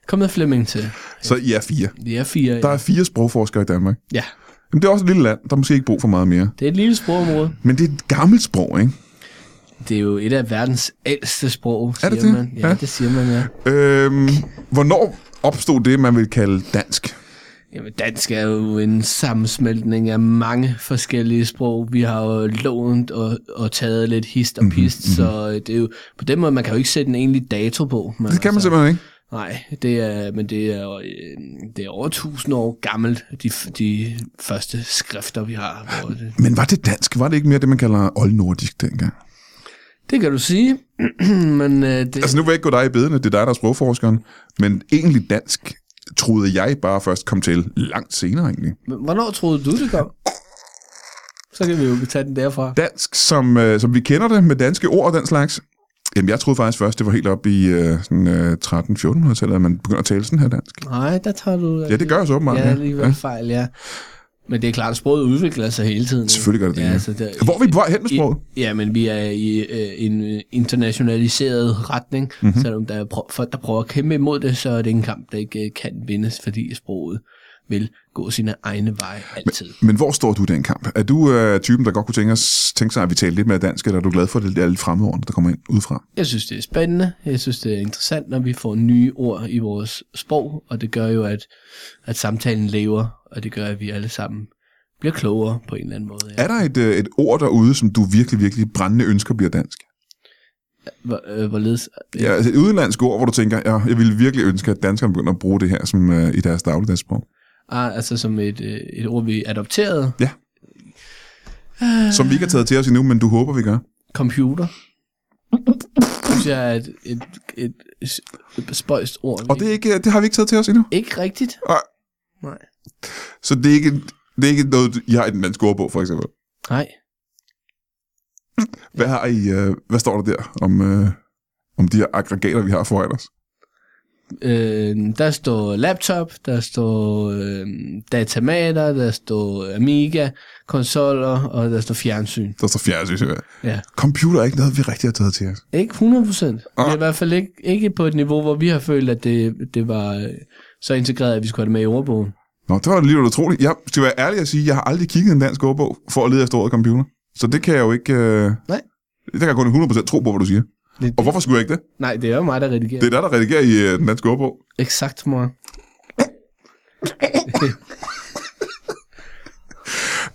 S3: kommet Flemming til.
S1: Så I er fire.
S3: Vi er fire.
S1: Der
S3: ja.
S1: er fire sprogforskere i Danmark.
S3: Ja,
S1: Jamen, det er også et lille land, der er måske ikke brug for meget mere.
S3: det er et lille sprogområde.
S1: Men det er et gammelt sprog, ikke?
S3: Det er jo et af verdens ældste sprog, siger
S1: det det?
S3: man. Ja,
S1: Ja.
S3: ja, det siger man, ja.
S1: Øhm, hvornår opstod det, man vil kalde dansk?
S3: Jamen, dansk er jo en sammensmeltning af mange forskellige sprog. Vi har jo lånt og, og taget lidt hist
S1: Mhm,
S3: og pist, mm-hmm. så det er jo, på den måde, man kan jo ikke sætte en egentlig dato på. Men altså,
S1: Det kan man simpelthen ikke.
S3: Nej, det er, men det er, jo, øh, det er over 1000 år gammelt, de, f- de første skrifter, vi har. Hvor det,
S1: Men var det dansk? Var det ikke mere det, man kalder oldnordisk dengang?
S3: det kan du sige, men øh, det,
S1: Altså nu vil jeg ikke gå dig i bedene, det er dig, der er sprogforskeren, men egentlig dansk troede jeg bare først kom til langt senere egentlig.
S3: Men hvornår troede du, det kom? Så kan vi jo tage den derfra.
S1: Dansk, som, øh, som vi kender det med danske ord og den slags, jamen jeg troede faktisk først, det var helt op i øh, sådan, øh, 13-1400-tallet, at man begynder at tale sådan her dansk.
S3: Nej, der tager du...
S1: Ja, det gør jeg så åbenbart.
S3: Ja, alligevel fejl, ja. Men det er klart, at sproget udvikler sig hele tiden. ikke?
S1: Selvfølgelig gør det det, ja.
S3: Ja, altså, der,
S1: Hvor er vi på vej hen med sproget?
S3: I, ja, men vi er i øh, en øh, internationaliseret retning,
S1: Mhm.
S3: mm-hmm. selvom der er pro- folk, der prøver at kæmpe imod det, så er det en kamp, der ikke øh, kan vindes, fordi sproget vil gå sine egne veje altid.
S1: Men hvor står du i den kamp? Er du øh, typen, der godt kunne tænke, os, tænke sig, at vi taler lidt mere dansk, eller er du glad for, at det er alle fremmedordene, der kommer ind udefra?
S3: Jeg synes, det er spændende. Jeg synes, det er interessant, når vi får nye ord i vores sprog, og det gør jo, at, at samtalen lever, og det gør, at vi alle sammen bliver klogere på en eller anden måde. Ja.
S1: Er der et, øh, et ord derude, som du virkelig, virkelig brændende ønsker bliver dansk?
S3: Hvor, øh, hvorledes?
S1: Ja, altså et udenlandsk ord, hvor du tænker, ja, jeg ville virkelig ønske, at danskerne begynder at bruge det her som, øh, i deres dagligdagssprog.
S3: Ah, altså som et, øh, et ord, vi adopterede.
S1: Ja.
S3: Øh.
S1: Som vi ikke har taget til os endnu, men du håber, vi gør.
S3: Computer. Det synes jeg er et, et, et, et spøjst ord.
S1: Og det, er ikke, øh, det har vi ikke taget til os endnu.
S3: Ikke rigtigt.
S1: Nej.
S3: Nej.
S1: Så det er ikke, det er ikke noget, I har i den danske ordbog, for eksempel.
S3: Nej.
S1: Hvad, har I, øh, hvad står der der om, øh, om de her aggregater, vi har foran os?
S3: Øh, der står laptop, der står øh, datamater, der står Amiga, konsoller, og der står fjernsyn.
S1: Der står fjernsyn. ja.
S3: Ja.
S1: Computer er ikke noget, vi rigtig har taget til os.
S3: Ikke 100 procent.
S1: Ah.
S3: Det er i hvert fald ikke, ikke på et niveau, hvor vi har følt, at det, det var øh, så integreret, at vi skulle have det med i ordbogen.
S1: Nå, det var lige lidt utroligt. Jeg skal være ærlig at sige, jeg har aldrig kigget i en dansk ordbog for at lede efter ordet computer. Så det kan jeg jo ikke... Øh,
S3: Nej.
S1: Det kan jeg kun 100% tro på, hvad du siger.
S3: Det,
S1: Og hvorfor skulle jeg ikke det?
S3: nej, det er jo mig, der redigerer.
S1: Det er der, der redigerer i øh, den danske ordbog.
S3: Exakt, mor.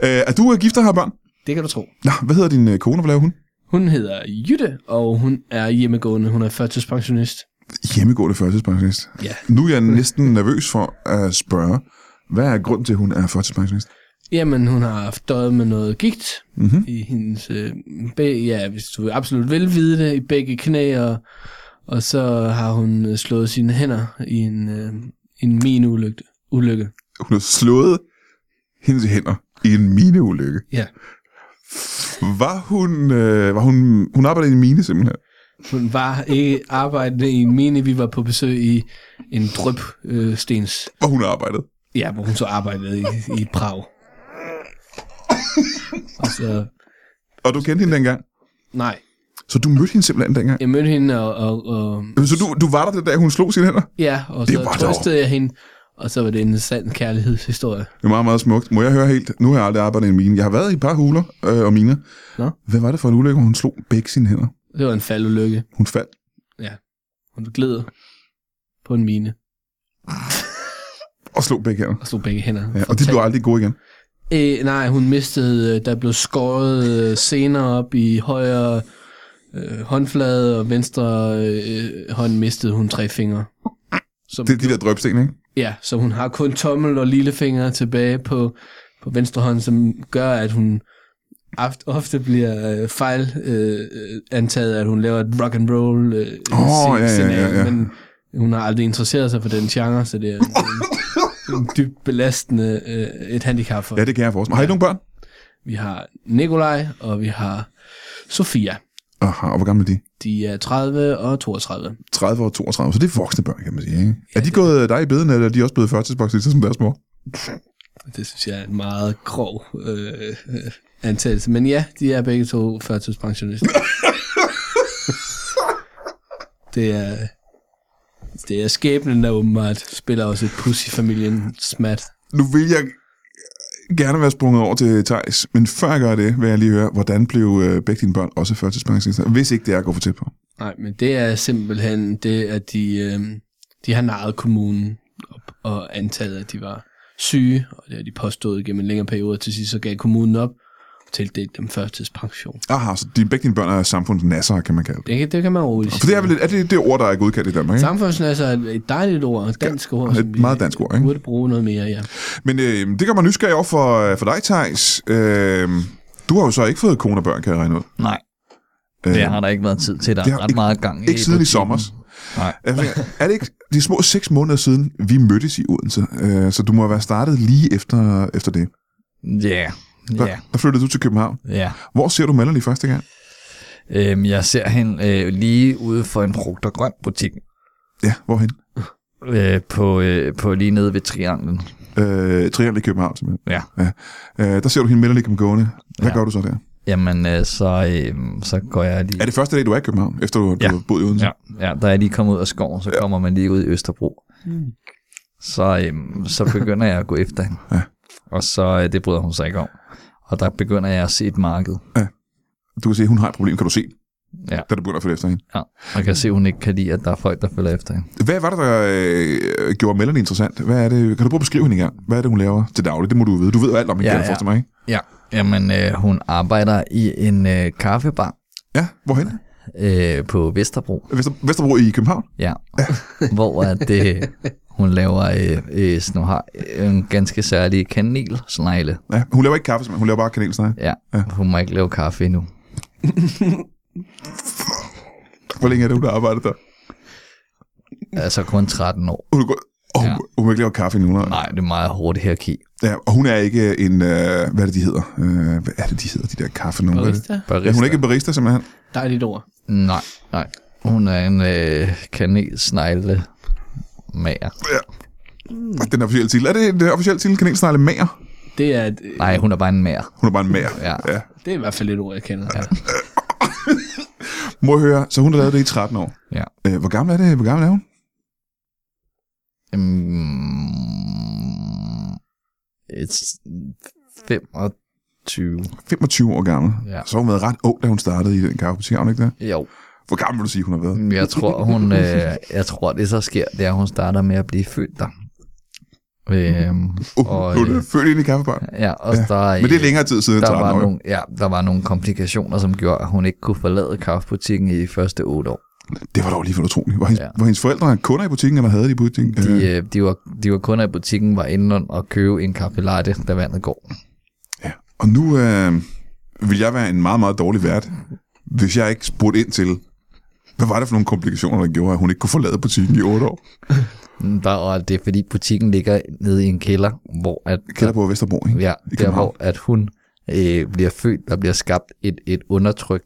S1: Øh, er du øh, gift og har børn?
S3: Det kan du tro.
S1: Nå, hvad hedder din øh, kone, og hvad laver hun?
S3: Hun hedder Jytte, og hun er hjemmegående. Hun er førtidspensionist.
S1: Hjemmegående førtidspensionist.
S3: Ja.
S1: Nu er jeg næsten nervøs for at spørge, hvad er grunden til, at hun er førtidspensionist?
S3: Jamen, hun har haft døjet med noget gigt
S1: Mhm.
S3: i hendes... Øh, beg- ja, hvis du absolut vil vide det, i begge knæ, og, og så har hun øh, slået sine hænder i en, øh, en minulykke. Ulykke.
S1: Hun har slået hendes hænder i en mineulykke.
S3: Ja.
S1: Var hun... Øh, var hun, hun arbejdede i en mine, simpelthen.
S3: Hun var ikke arbejdende i en mine. Vi var på besøg i en drøb øh, stens...
S1: Hvor hun arbejdede.
S3: Ja, hvor hun så arbejdede i, i Prag. Og så...
S1: Og du kendte hende dengang?
S3: Nej,
S1: Så du mødte hende simpelthen dengang?
S3: jeg mødte hende, og, og, og
S1: Jamen, Så du, du var der den dag, hun slog sine hænder?
S3: Ja, og
S1: Det
S3: så
S1: var dog-
S3: trøstede jeg hende, Og så var det en sand kærlighedshistorie.
S1: Det er meget, meget smukt. Må jeg høre helt? Nu har jeg aldrig arbejdet i en mine. Jeg har været i et par huler øh, og miner.
S3: Nå.
S1: Hvad var det for en ulykke, hvor hun slog begge sine hænder?
S3: Det var en faldulykke.
S1: Hun faldt.
S3: Hun glider på en mine
S1: og slog begge hænder.
S3: og slog begge hænder.
S1: Ja, og de blev aldrig gode igen.
S3: Øh, nej, hun mistede, øh, der blev skåret øh, senere op i højre øh, håndflade, og venstre øh, hånd mistede hun tre fingre. Som,
S1: Det er de der drøbsten, ikke?
S3: Ja, så hun har kun tommel og lillefinger tilbage på, på venstre hånd, som gør, at hun aft, ofte bliver øh, fejl øh, øh, antaget, at hun laver et rock and roll øh,
S1: Åh, ja,
S3: scen-
S1: ja,
S3: scenarie,
S1: ja, ja.
S3: men hun har aldrig interesseret sig for den genre, så det er en, en dybt belastende øh, et handicap for
S1: Ja, det kan jeg forestille mig. Har I nogen børn?
S3: vi har Nikolaj, og vi har Sofia.
S1: Aha, og hvor gamle er de?
S3: De er 30 og 32.
S1: 30 og 32, så det er voksne børn, kan man sige. Ikke? er de gået dig i beden, eller er de også blevet førtidspensionister som deres mor?
S3: Det synes jeg er en meget grov øh, øh, antagelse. Men ja, de er begge to førtidspensionister. det er... Det er skæbnen, der åbenbart spiller også et pus i familien smat.
S1: Nu vil jeg gerne være sprunget over til Tejs, men før jeg gør det, vil jeg lige høre, hvordan blev øh, begge dine børn også førtidspensionister, hvis ikke det er at gå for tæt på?
S3: Nej, men det er simpelthen det, at de, øh, de har naret kommunen op og antaget, at de var syge, og det har de påstået gennem en længere periode. Til sidst så gav kommunen op og tildelte dem førtidspension.
S1: Aha, så de, begge dine børn er samfundsnasser, kan man kalde det.
S3: Det, kan- det kan man roligt
S1: For det er vel et, er det, det ord, der er godkendt i Danmark, ikke?
S3: Samfundsnasser er et dejligt ord, et dansk ord.
S1: Mm. et
S3: som vi
S1: meget dansk ord, ikke?
S3: Burde bruge noget mere, ja.
S1: Men øh, det gør mig nysgerrig over for, for dig, Tejs. Øh, du har jo så ikke fået kone og børn, kan jeg regne ud.
S2: Nej, det har der ikke været tid til. Der
S1: det
S2: er
S1: har
S2: ret meget gang
S1: Øh, Ikke siden i sommer.
S2: Nej.
S1: Jeg tænker, Er det ikke de små seks måneder siden, vi mødtes i Odense? Øh, så du må være startet lige efter, efter det.
S2: Ja,
S1: Der,
S2: ja,
S1: der flyttede du til København.
S2: ja.
S1: Hvor ser du Melanie første gang?
S2: Øhm, jeg ser hende øh, lige ude for en frugt- og grønt butik
S1: Ja, hvorhen?
S2: øh, på, øh, på lige nede ved Trianglen.
S1: Øh, Triangle i København, simpelthen.
S2: Ja.
S1: Øh, der ser du hende Melanie komme gående. Hvad
S2: Ja.
S1: gør du så der?
S2: Jamen, øh, så, øh, så går jeg lige...
S1: Er det første dag, du er i København, efter du, du
S2: Ja.
S1: har boet i Odense?
S2: Ja, ja, der er jeg lige kommet ud af skoven, så kommer man lige ud i Østerbro.
S3: Mm.
S2: Så, øhm, så begynder jeg at gå efter hende.
S1: Ja.
S2: Og så, øh, det bryder hun sig ikke om. Og der begynder jeg at se et marked.
S1: Du kan se, hun har et problem, kan du se,
S2: Ja.
S1: da du begynder at følge efter hende.
S2: Ja. Og kan se, at hun ikke kan lide, at der er folk, der følger efter hende.
S1: Hvad var det, der øh, gjorde Melanie interessant? Hvad er det? Kan du prøve at beskrive hende engang? Hvad er det, hun laver til daglig? Det må du vide. Du ved jo alt om hende,
S2: Ja,
S1: ja, ja.
S2: ja.
S1: forstår mig, ikke?
S2: Ja. Jamen, øh, hun arbejder i en øh, kaffebar
S1: Ja, hvorhen?
S2: øh, på Vesterbro.
S1: Vester, Vesterbro i København?
S2: Ja. Hvor at, øh, hun laver øh, øh, sådan, hun har en ganske særlig kanelsnegle.
S1: Ja, hun laver ikke kaffe, simpelthen. Hun laver bare kanelsnegle.
S2: Ja. Hun må ikke lave kaffe endnu.
S1: Hvor længe er det, hun har arbejdet der?
S2: Altså kun 13 år.
S1: Hun, er gået- og hun,
S2: Ja.
S1: hun må ikke lave kaffe endnu. Nej.
S2: Nej, det er meget hårdt hierarki.
S1: Ja, og hun er ikke en... Øh, hvad er det, de hedder? Øh, hvad er det, de hedder, de der kaffe nogen?
S3: Barista?
S1: Ja,
S2: Barista.
S1: hun er ikke en barista, simpelthen.
S3: Dejligt ord.
S2: Nej, nej. Hun er en øh, kanelsnegle mager.
S1: Mm. Den officielle titel. Er det den officielle titel? Kanelsnegle mager?
S3: Det er, et,
S2: Nej, hun er bare en mager.
S1: Hun er bare en mager.
S2: Ja.
S1: ja.
S3: det er i hvert fald et ord, jeg kender. Ja.
S1: Må jeg høre, så hun har lavet det i 13 år.
S2: Ja.
S1: Øh, hvor gammel er det? Hvor gammel er hun?
S2: Mm, Øhm, et s- 25.
S1: 25 år gammel.
S2: Ja.
S1: Så har hun været ret ung, da hun startede i den kaffebutik, har hun ikke det?
S2: Jo,
S1: Hvor gammel vil du sige, hun har været?
S2: jeg tror, hun, øh, jeg tror, det så sker, det er, at hun starter med at blive født der. Øhm,
S1: Uh,
S2: og,
S1: hun er
S2: øh,
S1: født ind i kaffebaren.
S2: ja, og der,
S1: Men det er længere tid siden,
S2: der
S1: 13
S2: var,
S1: år.
S2: nogle, ja, der var nogle komplikationer, som gjorde, at hun ikke kunne forlade kaffebutikken i de første otte år.
S1: Det var dog lige for utroligt. Var hendes, ja.
S2: Ja.
S1: var hendes forældre kunder i butikken, eller havde de i butikken?
S2: De,
S1: Øh,
S2: øh, de, var, de var kunder i butikken, var inde og købe en kaffe latte, da vandet går.
S1: ja. Og nu øh, vil jeg være en meget, meget dårlig vært, hvis jeg ikke spurgte ind til, hvad var det for nogle komplikationer, der gjorde, at hun ikke kunne forlade butikken i otte år?
S2: Mm, Der, og det er fordi butikken ligger nede i en kælder, hvor at,
S1: Kælder på Vesterbro, ikke?
S2: ja,
S1: i
S2: der,
S1: København.
S2: hvor at hun øh, bliver født, der bliver skabt et, et undertryk.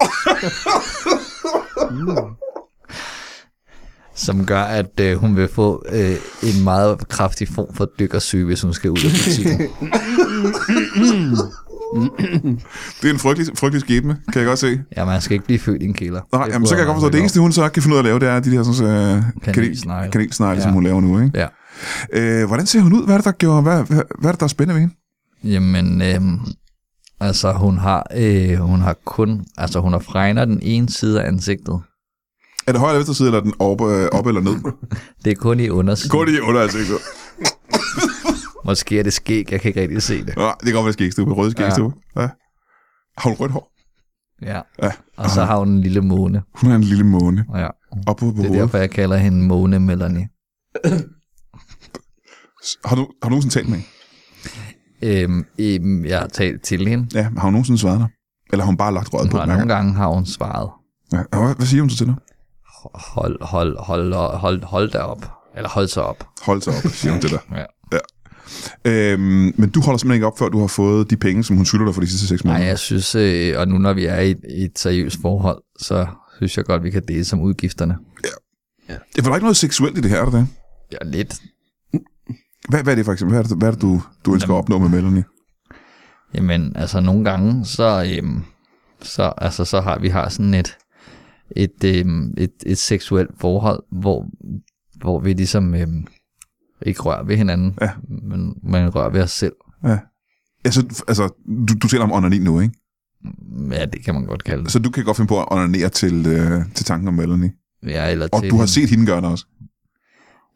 S2: som gør, at øh, hun vil få øh, en meget kraftig form for dykkersyge, hvis hun skal ud af butikken.
S1: Det er en frygtelig, frygtelig skæbne, kan jeg godt se.
S2: ja, man skal ikke blive født i en kælder.
S1: Nej, jamen, så
S2: bryder
S1: kan jeg godt
S2: mig
S1: forstå, at det
S2: ikke om.
S1: eneste, hun så kan finde ud af at lave, det er de der sådan, øh, kanel-
S2: Kanelsnegle.
S1: kanelsnegle, ja. som
S2: Ja.
S1: hun laver nu. Ikke?
S2: Ja.
S1: Øh, hvordan ser hun ud? Hvad er det, der, gjorde, hvad, hvad, hvad er, det, der er spændende ved hende?
S2: Jamen, øhm, altså hun har, øh, hun har kun, altså hun har fregner den ene side af ansigtet.
S1: Er det højre eller venstre side, eller er den op, øh, op eller ned?
S2: Det er kun i undersiden.
S1: Kun i under ansigtet.
S2: Måske er det skæg, jeg kan ikke rigtig se det.
S1: Nå, det kan godt være skægstube. Røde skægstube. Ja. ja. Har hun rødt hår?
S2: Ja.
S1: Ja.
S2: Og så har hun en lille måne.
S1: Hun har en lille måne
S2: Ja.
S1: oppe på
S2: Det er
S1: hovedet.
S2: derfor, jeg kalder hende Måne Melanie.
S1: Har du, har du nogensinde talt med hende?
S2: Øhm, øhm, jeg har talt til hende,
S1: Ja, har hun nogensinde svaret dig? Eller har hun bare lagt røret på?
S2: og
S1: hver
S2: nogle
S1: gang?
S2: gange har hun svaret,
S1: Ja. Og Hvad, hvad siger hun så til dig?
S2: hold, hold, hold, hold, hold da op. Eller hold så op.
S1: Hold så op, siger hun til dig.
S2: Ja.
S1: Øhm, men du holder simpelthen ikke op, før du har fået de penge, som hun skylder dig for de sidste seks
S2: Nej,
S1: måneder.
S2: jeg synes, øh, og nu når vi er i et, i et seriøst forhold, så synes jeg godt, vi kan dele som udgifterne.
S1: Det er der ikke noget seksuelt i det her, er der det?
S2: Ja, lidt.
S1: Hvad, hvad er det for eksempel? Hvad er det, hvad er det du, du ønsker at opnå med Melanie?
S2: Jamen, altså nogle gange, så, øhm, så, altså, så har vi har sådan et, et, øhm, et, et seksuelt forhold, hvor, hvor vi ligesom øhm, ikke rører ved hinanden,
S1: Ja.
S2: men, men rører ved os selv.
S1: Ja, så, altså, du, du taler om onani nu, ikke?
S2: Ja, det kan man godt kalde det.
S1: Så du kan godt finde på at onanere til, øh, til tanken om Melanie.
S2: Ja, eller
S1: Og
S2: til
S1: du har
S2: hende.
S1: set hende gøre det også.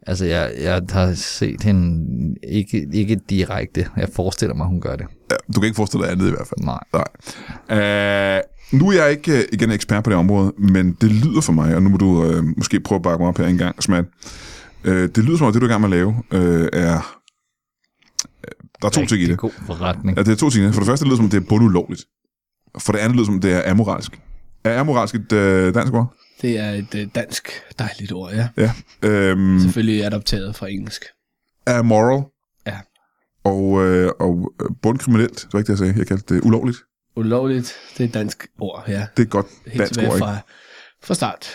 S2: Altså, jeg, jeg har set hende ikke, ikke direkte. Jeg forestiller mig, hun gør det.
S1: Ja, du kan ikke forestille dig andet i hvert fald.
S2: Nej.
S1: Nej. Øh, nu er jeg ikke øh, igen ekspert på det område, men det lyder for mig, og nu må du øh, måske prøve at bakke mig op her en gang, Smat. Øh, det lyder som om, at det du er i gang med at lave, øh, er... øh, Der er to ting i
S2: Rigtig
S1: det.
S2: god forretning.
S1: Ja, det er to ting. i det. For det første lyder det som, om, det er både ulovligt. For det andet lyder det som, om, det er amoralsk. Er amoralsk et øh, dansk ord?
S3: Det er et øh, dansk dejligt ord, ja.
S1: Ja. Øhm,
S3: Selvfølgelig adopteret fra engelsk.
S1: amoral.
S3: Ja.
S1: Og, øh, og øh, bundkriminelt, det var ikke det, jeg sagde. Jeg kaldte det ulovligt.
S3: Ulovligt, det er et dansk ord, ja.
S1: Det er et godt
S3: Helt
S1: dansk
S3: tilbage
S1: ord,
S3: fra, fra start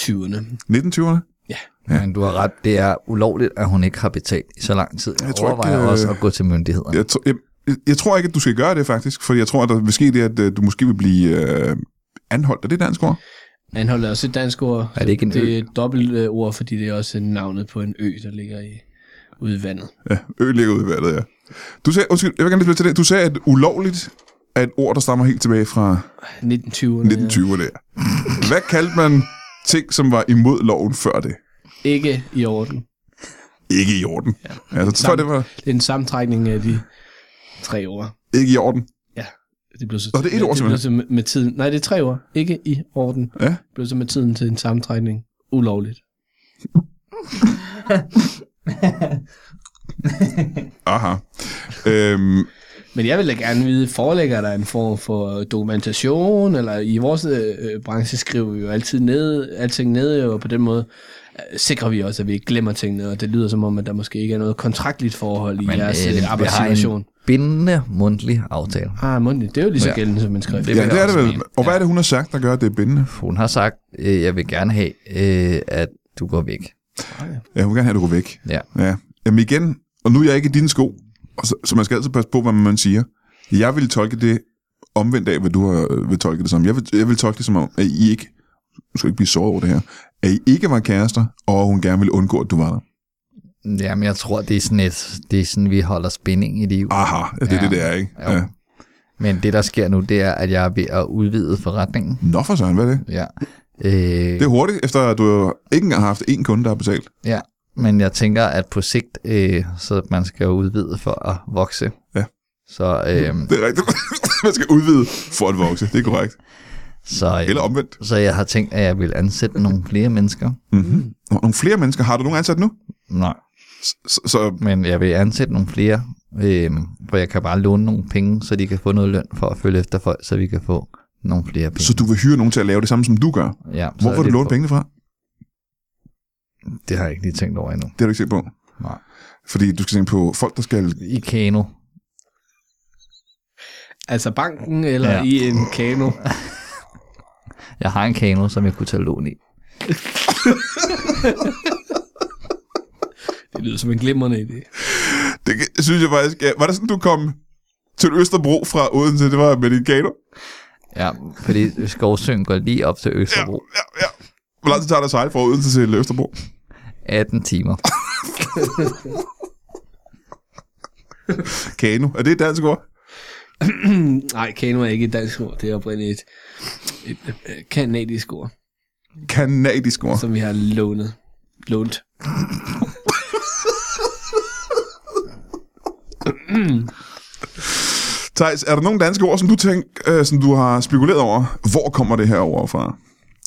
S3: 20'erne.
S1: ikke? 1920'erne?
S2: Ja. Men du har ret, det er ulovligt, at hun ikke har betalt i så lang tid. Jeg,
S1: Jeg tror ikke,
S2: overvejer
S1: øh,
S2: også at gå til myndighederne.
S1: jeg, tr- jeg, jeg tror ikke, at du skal gøre det faktisk, for jeg tror, at der vil ske det, at øh, du måske vil blive øh, anholdt. Er det et dansk ord?
S3: Anholdet er også et dansk ord.
S2: Er det ikke en
S3: Det er et dobbelt øh, ord, fordi det er også navnet på en ø, der ligger i, ude i vandet.
S1: Ja, ø ligger ude i vandet, ja. Du sagde, undskyld, jeg vil gerne lige tilbage til det. Du sagde, at ulovligt er et ord, der stammer helt tilbage fra
S3: 1920'erne.
S1: 1920'erne. Ja. Hvad kaldte man ting, som var imod loven før det?
S3: Ikke i orden.
S1: Ikke i orden. Ja. Altså, før det var
S3: Det er en sammentrækning af de tre ord.
S1: ikke i orden.
S3: Det blev så,
S1: Nå, det er et ord,
S3: det blev så med, med tiden. Nej, det er tre ord. Ikke i orden.
S1: Ja.
S3: Det blev så med tiden til en sammentrækning. Ulovligt.
S1: Aha. Øhm,
S3: Men jeg vil da gerne vide, forelægger der en form for dokumentation, eller i vores øh, branche skriver vi jo altid ned, alting ned, og på den måde øh, sikrer vi også, at vi ikke glemmer tingene, og det lyder som om, at der måske ikke er noget kontraktligt forhold i Men, jeres
S2: øh,
S3: øh,
S2: vi har
S3: arbejdssituation.
S2: en bindende mundtlig aftale.
S3: Ah, mundtligt. Det er jo lige så
S2: Ja.
S3: gældende som en skrift.
S2: Det
S1: ja,
S2: vil jeg
S1: det er det
S2: også
S1: vel.
S2: mene.
S1: Og hvad er det, hun har sagt, der gør, at det er bindende?
S2: Hun har sagt, øh, jeg vil gerne have, øh, at du går væk.
S1: Ja, hun vil gerne have, at du går væk.
S2: Ja.
S1: Ja. Jamen igen, og nu er jeg ikke i dine sko, og så, så man skal altid passe på, hvad man siger. Jeg vil tolke det omvendt af, hvad du har, øh, vil tolke det som. Jeg vil, jeg vil tolke det som om, at I ikke, du skal ikke blive såret over det her, at I ikke var kærester, og hun gerne ville undgå, at du var der.
S2: Jamen, jeg tror, det er sådan, et, det er sådan vi holder spænding i livet.
S1: Aha, ja, det er ja.
S2: Ja.
S1: det, det er, ikke?
S2: Jo.
S1: Ja.
S2: Men det, der sker nu, det er, at jeg er ved at udvide forretningen.
S1: Nå for søren, hvad er det?
S2: Ja. Øh,
S1: Det er hurtigt, efter at du ikke engang har haft én kunde, der har betalt.
S2: Ja, men jeg tænker, at på sigt, øh, så man skal jo udvide for at vokse.
S1: Ja.
S2: Så, øh,
S1: Det er rigtigt. man skal udvide for at vokse, det er korrekt.
S2: så,
S1: Eller
S2: øh,
S1: omvendt.
S2: så jeg har tænkt, at jeg vil ansætte nogle flere mennesker.
S1: Mm-hmm. Nogle flere mennesker. Har du nogen ansat nu?
S2: Nej,
S1: Så, så
S2: men jeg vil ansætte nogle flere, øh, hvor jeg kan bare låne nogle penge, så de kan få noget løn for at følge efter folk, så vi kan få nogle flere penge.
S1: Så du vil hyre nogen til at lave det samme, som du gør?
S2: ja, så
S1: Hvor
S2: er
S1: får du
S2: det
S1: lånt
S2: på-
S1: pengene fra?
S2: Det har jeg ikke lige tænkt over endnu.
S1: Det har du ikke set på.
S2: Nej.
S1: Fordi du skal tænke på folk, der skal...
S2: I Kano.
S3: Altså banken, eller
S2: Ja.
S3: ja. i en kano.
S2: Jeg har en Kano, som jeg kunne tage lån i.
S3: Det lyder som en glimrende idé.
S1: Det kan- synes jeg faktisk... Ja. Var det sådan, du kom til Østerbro fra Odense? Det var med din kano?
S2: Ja, fordi Skovsøen går lige op til Østerbro.
S1: Ja, ja. Hvor lang tid tager det at sejle fra Odense til Østerbro?
S2: 18 timer.
S1: Kano. Er det et dansk ord?
S3: Nej, kano er ikke et dansk ord. Det er oprindeligt et, et, et kanadisk ord,
S1: Kanadisk ord.
S3: som vi har lånet. Lånt.
S1: Thijs, er der nogle danske ord, som du tænker, øh, som du har spekuleret over? Hvor kommer det her ord fra?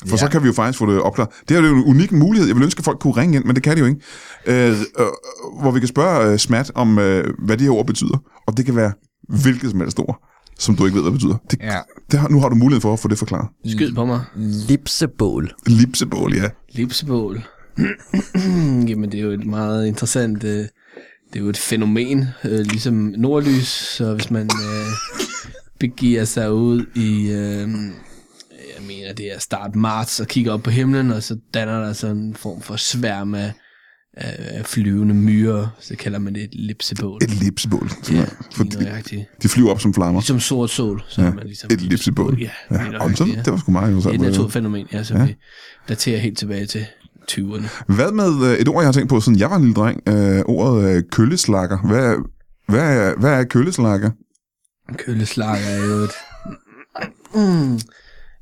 S1: For ja. så kan vi jo faktisk få det opklaret. Det her er jo en unik mulighed. Jeg vil ønske, at folk kunne ringe ind, men det kan de jo ikke. Øh, øh, hvor vi kan spørge øh, Smat om, øh, hvad de her ord betyder. Og det kan være hvilket som helst ord, som du ikke ved, hvad betyder. Det,
S4: Ja.
S1: det har, nu har du mulighed for at få det forklaret.
S3: Skyd på mig.
S2: Lipsebål.
S1: Lipsebål, ja.
S3: Lipsebål. Jamen, det er jo et meget interessant... Øh, det er jo et fænomen, øh, ligesom nordlys. Så hvis man øh, begiver sig ud i... Øh, jeg mener, det er start marts, og kigger op på himlen, og så danner der sådan en form for sværm af, af af flyvende myrer. Så kalder man det et lipsebål.
S1: Et lipsebål.
S3: Ja,
S1: Fordi
S3: lige nøjagtigt.
S1: de flyver op som flammer.
S3: Ligesom sort sol, så ja, er man ligesom...
S1: Et lipsebål.
S3: Ja,
S1: ja.
S3: lige
S1: Og så,
S3: nøjagtigt, ja.
S1: det var sgu meget
S3: Et
S1: interessant.
S3: naturfænomen, ja, som ja. vi daterer helt tilbage til 20'erne.
S1: Hvad med øh, et ord, jeg har tænkt på, siden jeg var en lille dreng? Øh, ordet øh, kølleslakker. Hvad, er- hvad, er, hvad er kølleslakker?
S3: Køleslager er jo et... Mm,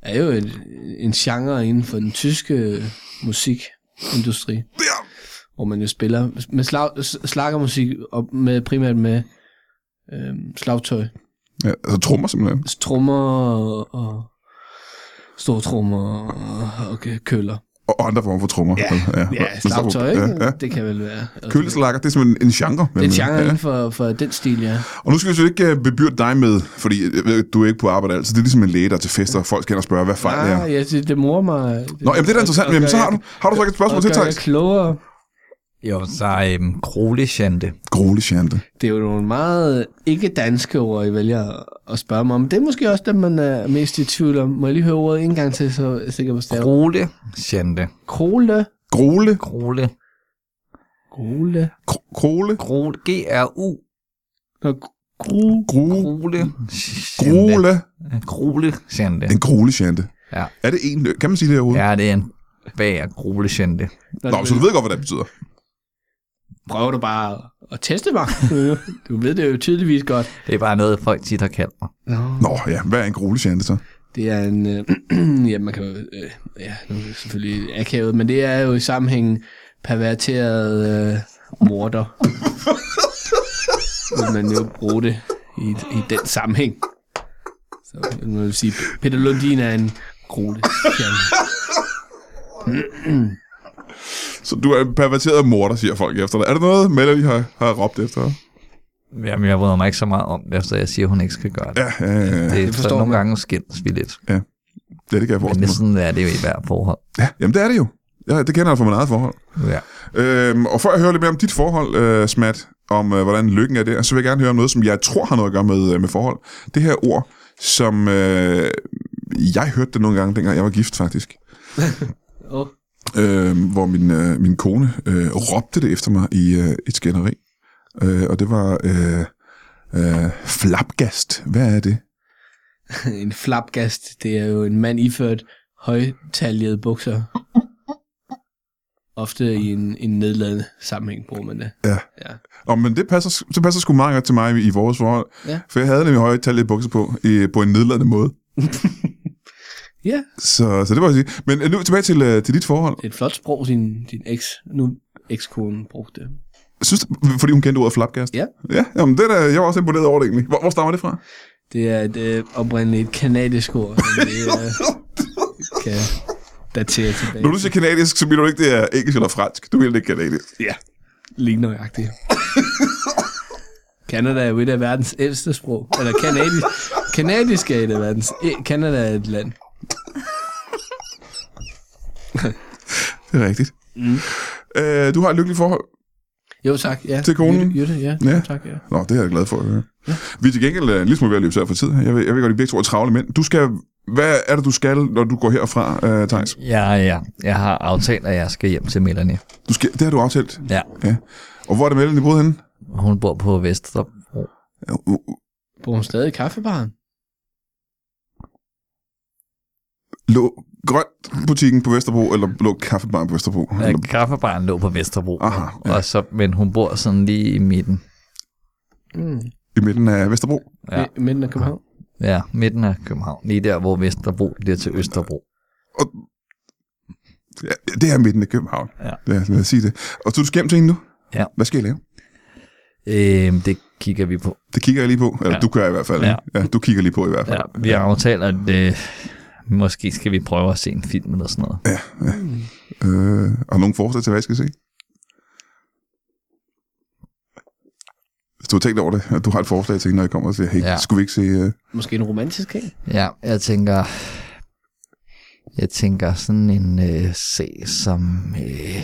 S3: er jo et, en genre inden for den tyske øh, musikindustri.
S1: Ja.
S3: Hvor man jo spiller med slag, slagermusik og med, primært med øhm, slagtøj.
S1: ja altså trommer simpelthen.
S3: Trommer og, og store trommer og, og køller.
S1: Og andre former for trommer. Ja, ja,
S3: Ja,
S1: Men så-
S3: slagtøj, ikke?
S1: Ja, ja.
S3: Det kan vel være.
S1: Kølleslakker, det er simpelthen en genre.
S3: Det er en
S1: nemlig.
S3: genre
S1: Ja.
S3: inden for, for den stil, ja.
S1: Og nu skal vi selvfølgelig ikke øh, bebyrde dig med, fordi jeg ved, du er ikke på arbejde altid. Det er ligesom en læge, der er til fester, og folk skal ind og spørge, hvad fejl det er.
S3: Ah, ja, det, det morer mig. Det,
S1: Nå, jamen det er da interessant.
S3: og
S1: Jamen, så
S3: gør
S1: har du,
S3: jeg-
S1: har du så ikke et spørgsmål
S3: og
S1: til,
S3: gør
S1: Thijs?
S3: jeg klogere.
S2: Jo, så er øhm, krolechante.
S1: Grolechante.
S3: Det er jo nogle meget ikke-danske ord, I vælger at spørge mig om. Det er måske også dem, man er mest i tvivl om. Må jeg lige høre ordet en gang til, så jeg er sikker på stedet.
S2: Krolechante.
S3: Krole.
S1: Grole.
S2: Krole.
S3: Krole.
S1: Kro- Krole.
S2: Krole. G-R-U.
S3: Nå,
S1: Gro.
S3: gru.
S2: Krole.
S1: Grole.
S2: Krolechante.
S1: En grolechante.
S2: Ja.
S1: Er det en? Kan man sige det overhovedet?
S2: Ja, det er en bager krolechante.
S3: Nå,
S1: Nå,
S3: du
S1: så du
S3: ved-
S1: ved godt, hvad det betyder.
S3: Prøver du bare at teste mig? du ved det jo tydeligvis godt.
S2: Det er bare noget, folk tit har kaldt mig.
S3: Nå.
S1: Nå ja, hvad er en grolechante så?
S3: Det er en... Øh, ja, man kan jo... Øh, ja, nu er det selvfølgelig akavet, men det er jo i sammenhæng perverteret øh, morder. vil man jo bruge det i, i den sammenhæng. Så vil man jo sige, Peter Lundin er en grole.
S1: Så du er en perverteret morder, siger folk efter dig. Er det noget, Melody har, har råbt efter dig?
S2: Jamen, jeg bryder mig ikke så meget om det, så jeg siger, at hun ikke skal gøre det.
S1: Ja, ja, ja, ja.
S2: det,
S3: det
S2: det
S3: forstår
S2: så nogle
S3: man.
S2: gange skændes vi lidt.
S1: ja det kan jeg
S2: Men
S1: forestille
S2: det
S1: mig.
S2: sådan er det jo i hver forhold.
S1: Ja, jamen det er det jo. Ja, det kender jeg fra min eget forhold.
S2: Ja.
S1: Øhm, og før jeg hører lidt mere om dit forhold, øh, Smat, om øh, hvordan lykken er der, så vil jeg gerne høre om noget, som jeg tror har noget at gøre med, øh, med forhold. Det her ord, som øh, jeg hørte det nogle gange, dengang jeg var gift faktisk.
S3: Oh,
S1: øh, hvor min, øh, min kone øh, råbte det efter mig i øh, et skænderi. Øh, og det var øh, øh, flapgast. Hvad er det?
S3: en flapgast, det er jo en mand iført højtaljede bukser. Ofte i en, en nedladende sammenhæng bruger man det.
S1: Ja.
S3: ja.
S1: Og, men det passer, det passer sgu meget godt til mig i, i vores forhold.
S3: Ja.
S1: For jeg havde nemlig høje tal bukser på, i, på en nedladende måde.
S3: Ja,
S1: Så, så det var jeg sige. Men øh, nu tilbage til, øh, til dit forhold.
S3: Det er et flot sprog, din, din eks, nu ekskone brugte.
S1: Synes, du- fordi hun kendte ordet flapgast?
S3: Ja.
S1: Ja, jamen det der, jeg var også imponeret over det egentlig. Hvor, hvor stammer det fra?
S3: Det er et øh, oprindeligt kanadisk ord, som vi øh, kan datere tilbage.
S1: Når du siger kanadisk, så mener du ikke, det er engelsk eller fransk. Du mener det er kanadisk.
S3: Ja, lige nøjagtigt. Kanada er jo et af verdens ældste sprog. Eller kanadisk. Kanadisk er et af verdens... eh, Kanada er et land.
S1: Det er rigtigt.
S3: Mm.
S1: Øh, du har et lykkeligt forhold.
S3: Jo, tak. Ja.
S1: Til konen?
S3: Jytte, Jytte, ja.
S1: Ja.
S3: ja. Tak, ja.
S1: Nå, det er jeg glad for at høre. Vi er til gengæld øh, en lille smule ved at løbe tør for tid. her. Jeg ved, jeg ved godt, at I begge to er travle mænd. Du skal, hvad er det, du skal, når du går herfra, uh, Thijs?
S2: ja, ja. Jeg har aftalt, at jeg skal hjem til Melanie.
S1: Du skal, det har du aftalt.
S2: Ja,
S1: Ja. Og hvor er det mellem, I boede henne?
S2: hun bor på Vesterbro.
S1: Ja, u- u-
S3: Bor hun stadig i kaffebaren?
S1: Lå, grønt butikken på Vesterbro, eller lå kaffebaren på Vesterbro?
S2: Ja,
S1: Eller,
S2: kaffebaren lå på Vesterbro,
S1: Aha,
S2: ja. og så, men hun bor sådan lige i midten.
S3: Mm.
S1: I midten af Vesterbro?
S2: Ja.
S3: Ja. I midten af København.
S2: Ja, midten af København. Lige der, hvor Vesterbro bliver til Østerbro.
S1: Og, ja, det er midten af København.
S2: Ja.
S1: Ja, lad os sige det. Og så er du skal hjem til hende nu?
S2: Ja.
S1: Hvad skal I lave?
S2: Øhm, det kigger vi på.
S1: Det kigger jeg lige på. Eller ja.
S2: Ja.
S1: du gør i hvert fald.
S2: Ja.
S1: ikke? ja. du kigger lige på i hvert fald.
S2: Ja, vi har aftalt, at øh, måske skal vi prøve at se en film eller sådan noget.
S1: Øh, har nogen forslag til, hvad jeg skal se? Hvis du har tænkt over det, at du har et forslag til, når jeg kommer og siger, hey, ja.
S2: Ja.
S1: skulle vi ikke se... Uh...
S3: Måske en romantisk en?
S2: Ja, jeg tænker... Jeg tænker sådan en øh, sag som... Øh,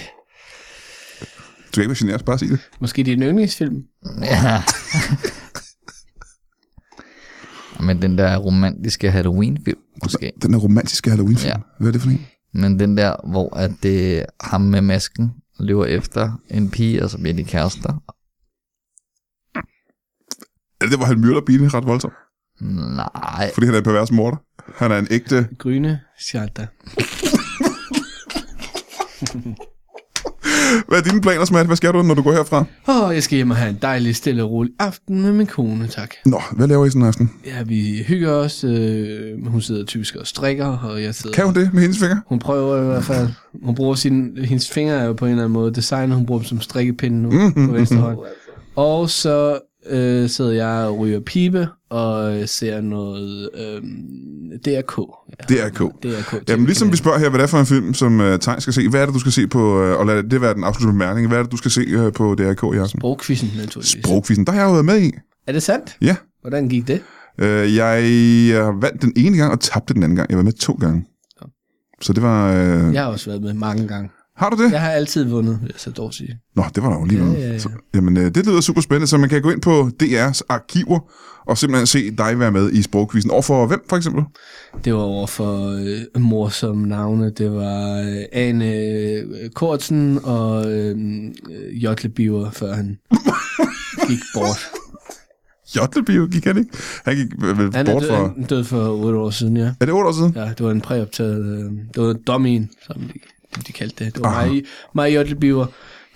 S1: Du kan ikke være generet, bare sige det.
S3: Måske din yndlingsfilm?
S2: ja. Men den der romantiske Halloween-film, måske.
S1: Den der romantiske halloween ja.
S2: Ja.
S1: Hvad er det for en?
S2: Men den der, hvor at det er ham med masken løber efter en pige, og så bliver de kærester.
S1: Er det der, hvor han myrder bilen ret voldsomt?
S2: Nej,
S1: Fordi han er en pervers morder. Han er en ægte...
S3: Gryne Sjata.
S1: Hvad er dine planer, Smat? Hvad skal du, når du går herfra?
S3: Åh, oh, jeg skal hjem og have en dejlig, stille og rolig aften med min kone, tak.
S1: Nå, hvad laver I sådan en aften?
S3: Ja, vi hygger os. Øh, hun sidder typisk og strikker, og jeg sidder...
S1: Kan hun det med hendes fingre?
S3: Hun prøver i hvert fald. Hun bruger sin, hendes fingre er jo på en eller anden måde designet. Hun bruger dem som strikkepinde nu
S1: Mhm,
S3: på venstre hånd. Og så øh, sidder jeg og ryger pibe og øh, ser noget øh, DRK. Ja,
S1: Det er cool.
S3: DRK.
S1: Jamen, ligesom vi spørger her, hvad det er for en film, som uh, Tej skal se. Hvad er det, du skal se på, uh, og lad det være den afsluttende bemærkning, hvad er det, du skal se uh, på DRK i aften?
S3: Sprogquizzen, naturligvis.
S1: Sprogquizzen, der har jeg jo været med i.
S3: Er det sandt?
S1: Ja.
S3: Hvordan gik det?
S1: Uh, jeg øh, vandt den ene gang og tabte den anden gang. Jeg var med to gange.
S3: Ja.
S1: Så det var... Uh, ja.
S3: Jeg har også været med mange gange.
S1: Har du det? Ja.
S3: Jeg har altid vundet, vil jeg så dog sige.
S1: Nå, det var der jo lige
S3: Ja,
S1: ja,
S3: ja, ja.
S1: Så, Jamen, uh, det lyder super spændende, så man kan gå ind på DR's arkiver og simpelthen se dig være med i sprogquizzen. Og for hvem, for eksempel?
S3: Det var over for øh, morsomme navne. Det var øh, Anne øh, Kortsen og øh, øh, Jotle Biver, før han gik bort.
S1: Jotlebio gik han ikke? Han gik øh, vel
S3: Han er
S1: bort
S3: død,
S1: for...
S3: han død for otte år siden, ja.
S1: Er det otte år siden?
S3: Ja, det var en præoptaget... Øh, det var Domien, som de, de kaldte det. Det var
S1: Aha.
S3: mig, mig Jotle Biver,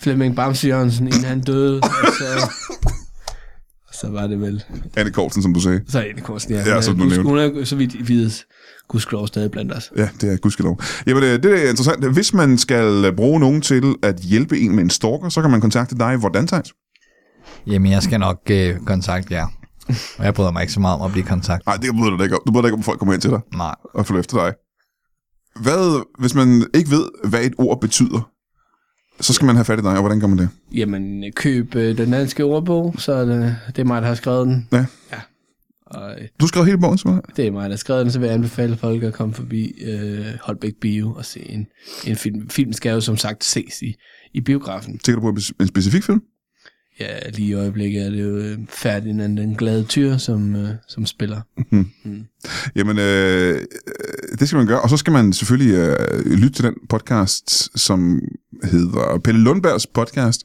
S3: Flemming Bamse Jørgensen, inden han døde. Og så, og så var det vel...
S1: Anne Kortsen, som du sagde.
S3: Så er Anne Kortsen, ja.
S1: Ja, som du
S3: Hun-
S1: nævnte.
S3: Hun er, så vidt vides, gudskelov stadig blandt os.
S1: Ja, det er gudskelov. Jamen, øh, det er interessant. Hvis man skal øh, bruge nogen til at hjælpe en med en stalker, så kan man kontakte dig. Hvordan, Thijs?
S2: jamen jeg skal nok øh, kontakte jer. Og jeg bryder mig ikke så meget om at blive kontaktet.
S1: Nej, det bryder du dig ikke om. Du bryder dig ikke om, at folk kommer hen til dig
S2: Nej.
S1: og følger efter dig. Hvad, hvis man ikke ved, hvad et ord betyder, så skal man have fat i dig, og hvordan gør man det?
S3: Jamen, køb øh, den danske ordbog, så er det, det er mig, der har skrevet den.
S1: Ja.
S3: ja. Og øh,
S1: Du skrev hele bogen, simpelthen.
S3: det er mig, der har skrevet den, så vil jeg anbefale folk at komme forbi øh, Holbæk Bio og se en, en film. Filmen skal jo som sagt ses i, i biografen.
S1: Tænker du på en bes- en specifik film?
S3: Ja, lige i øjeblikket er det jo øh, Ferdinand den glade tyr, som, øh, som spiller.
S1: Jamen, øh, øh, det skal man gøre. Og så skal man selvfølgelig øh, lytte til den podcast, som hedder Pelle Lundbergs podcast,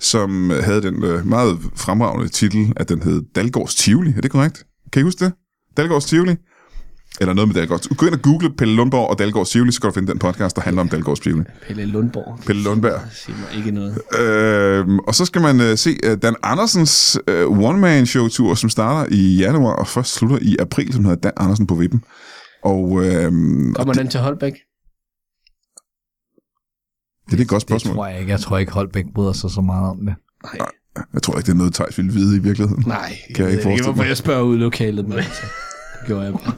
S1: som havde den øh, meget fremragende titel, at den hed Dalgårds Tivoli. Er det korrekt? Kan I huske det? Dalgårds Tivoli? Eller noget med Dalgårds. Gå ind og google Pelle Lundborg og Dalgårds Tivoli, så kan du finde den podcast, der handler om Dalgårds Tivoli.
S3: Pelle Lundborg.
S1: Pelle Lundberg.
S3: Siger mig ikke noget.
S1: Øh, og så skal man øh, se øh, Dan Andersens øh, one-man-show-tur, som starter i januar og først slutter i april, som hedder Dan Andersen på vippen. Og øh,
S3: Kommer den til Holbæk?
S1: Ja, det er et godt
S2: Det
S1: spørgsmål.
S2: tror jeg ikke. Jeg tror ikke, Holbæk bryder sig så meget om det.
S3: Nej.
S1: Jeg tror ikke, det er noget, Thijs ville vide i virkeligheden.
S3: Nej.
S1: Kan jeg ikke
S3: ved
S1: forestille
S3: hvorfor
S1: mig.
S3: jeg spørger ud i lokalet, men altså, det gjorde jeg bare.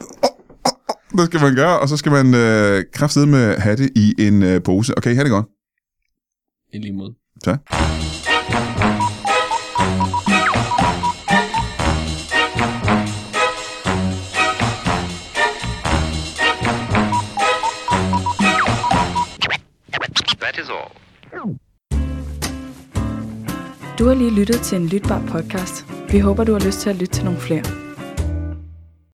S1: Det skal man gøre, og så skal man øh, kraftedeme med have det i en øh, pose. Okay, have det godt.
S3: I lige mod.
S1: Tak.
S4: That is all.
S5: Du har lige lyttet til en lytbar podcast. Vi håber, du har lyst til at lytte til nogle flere.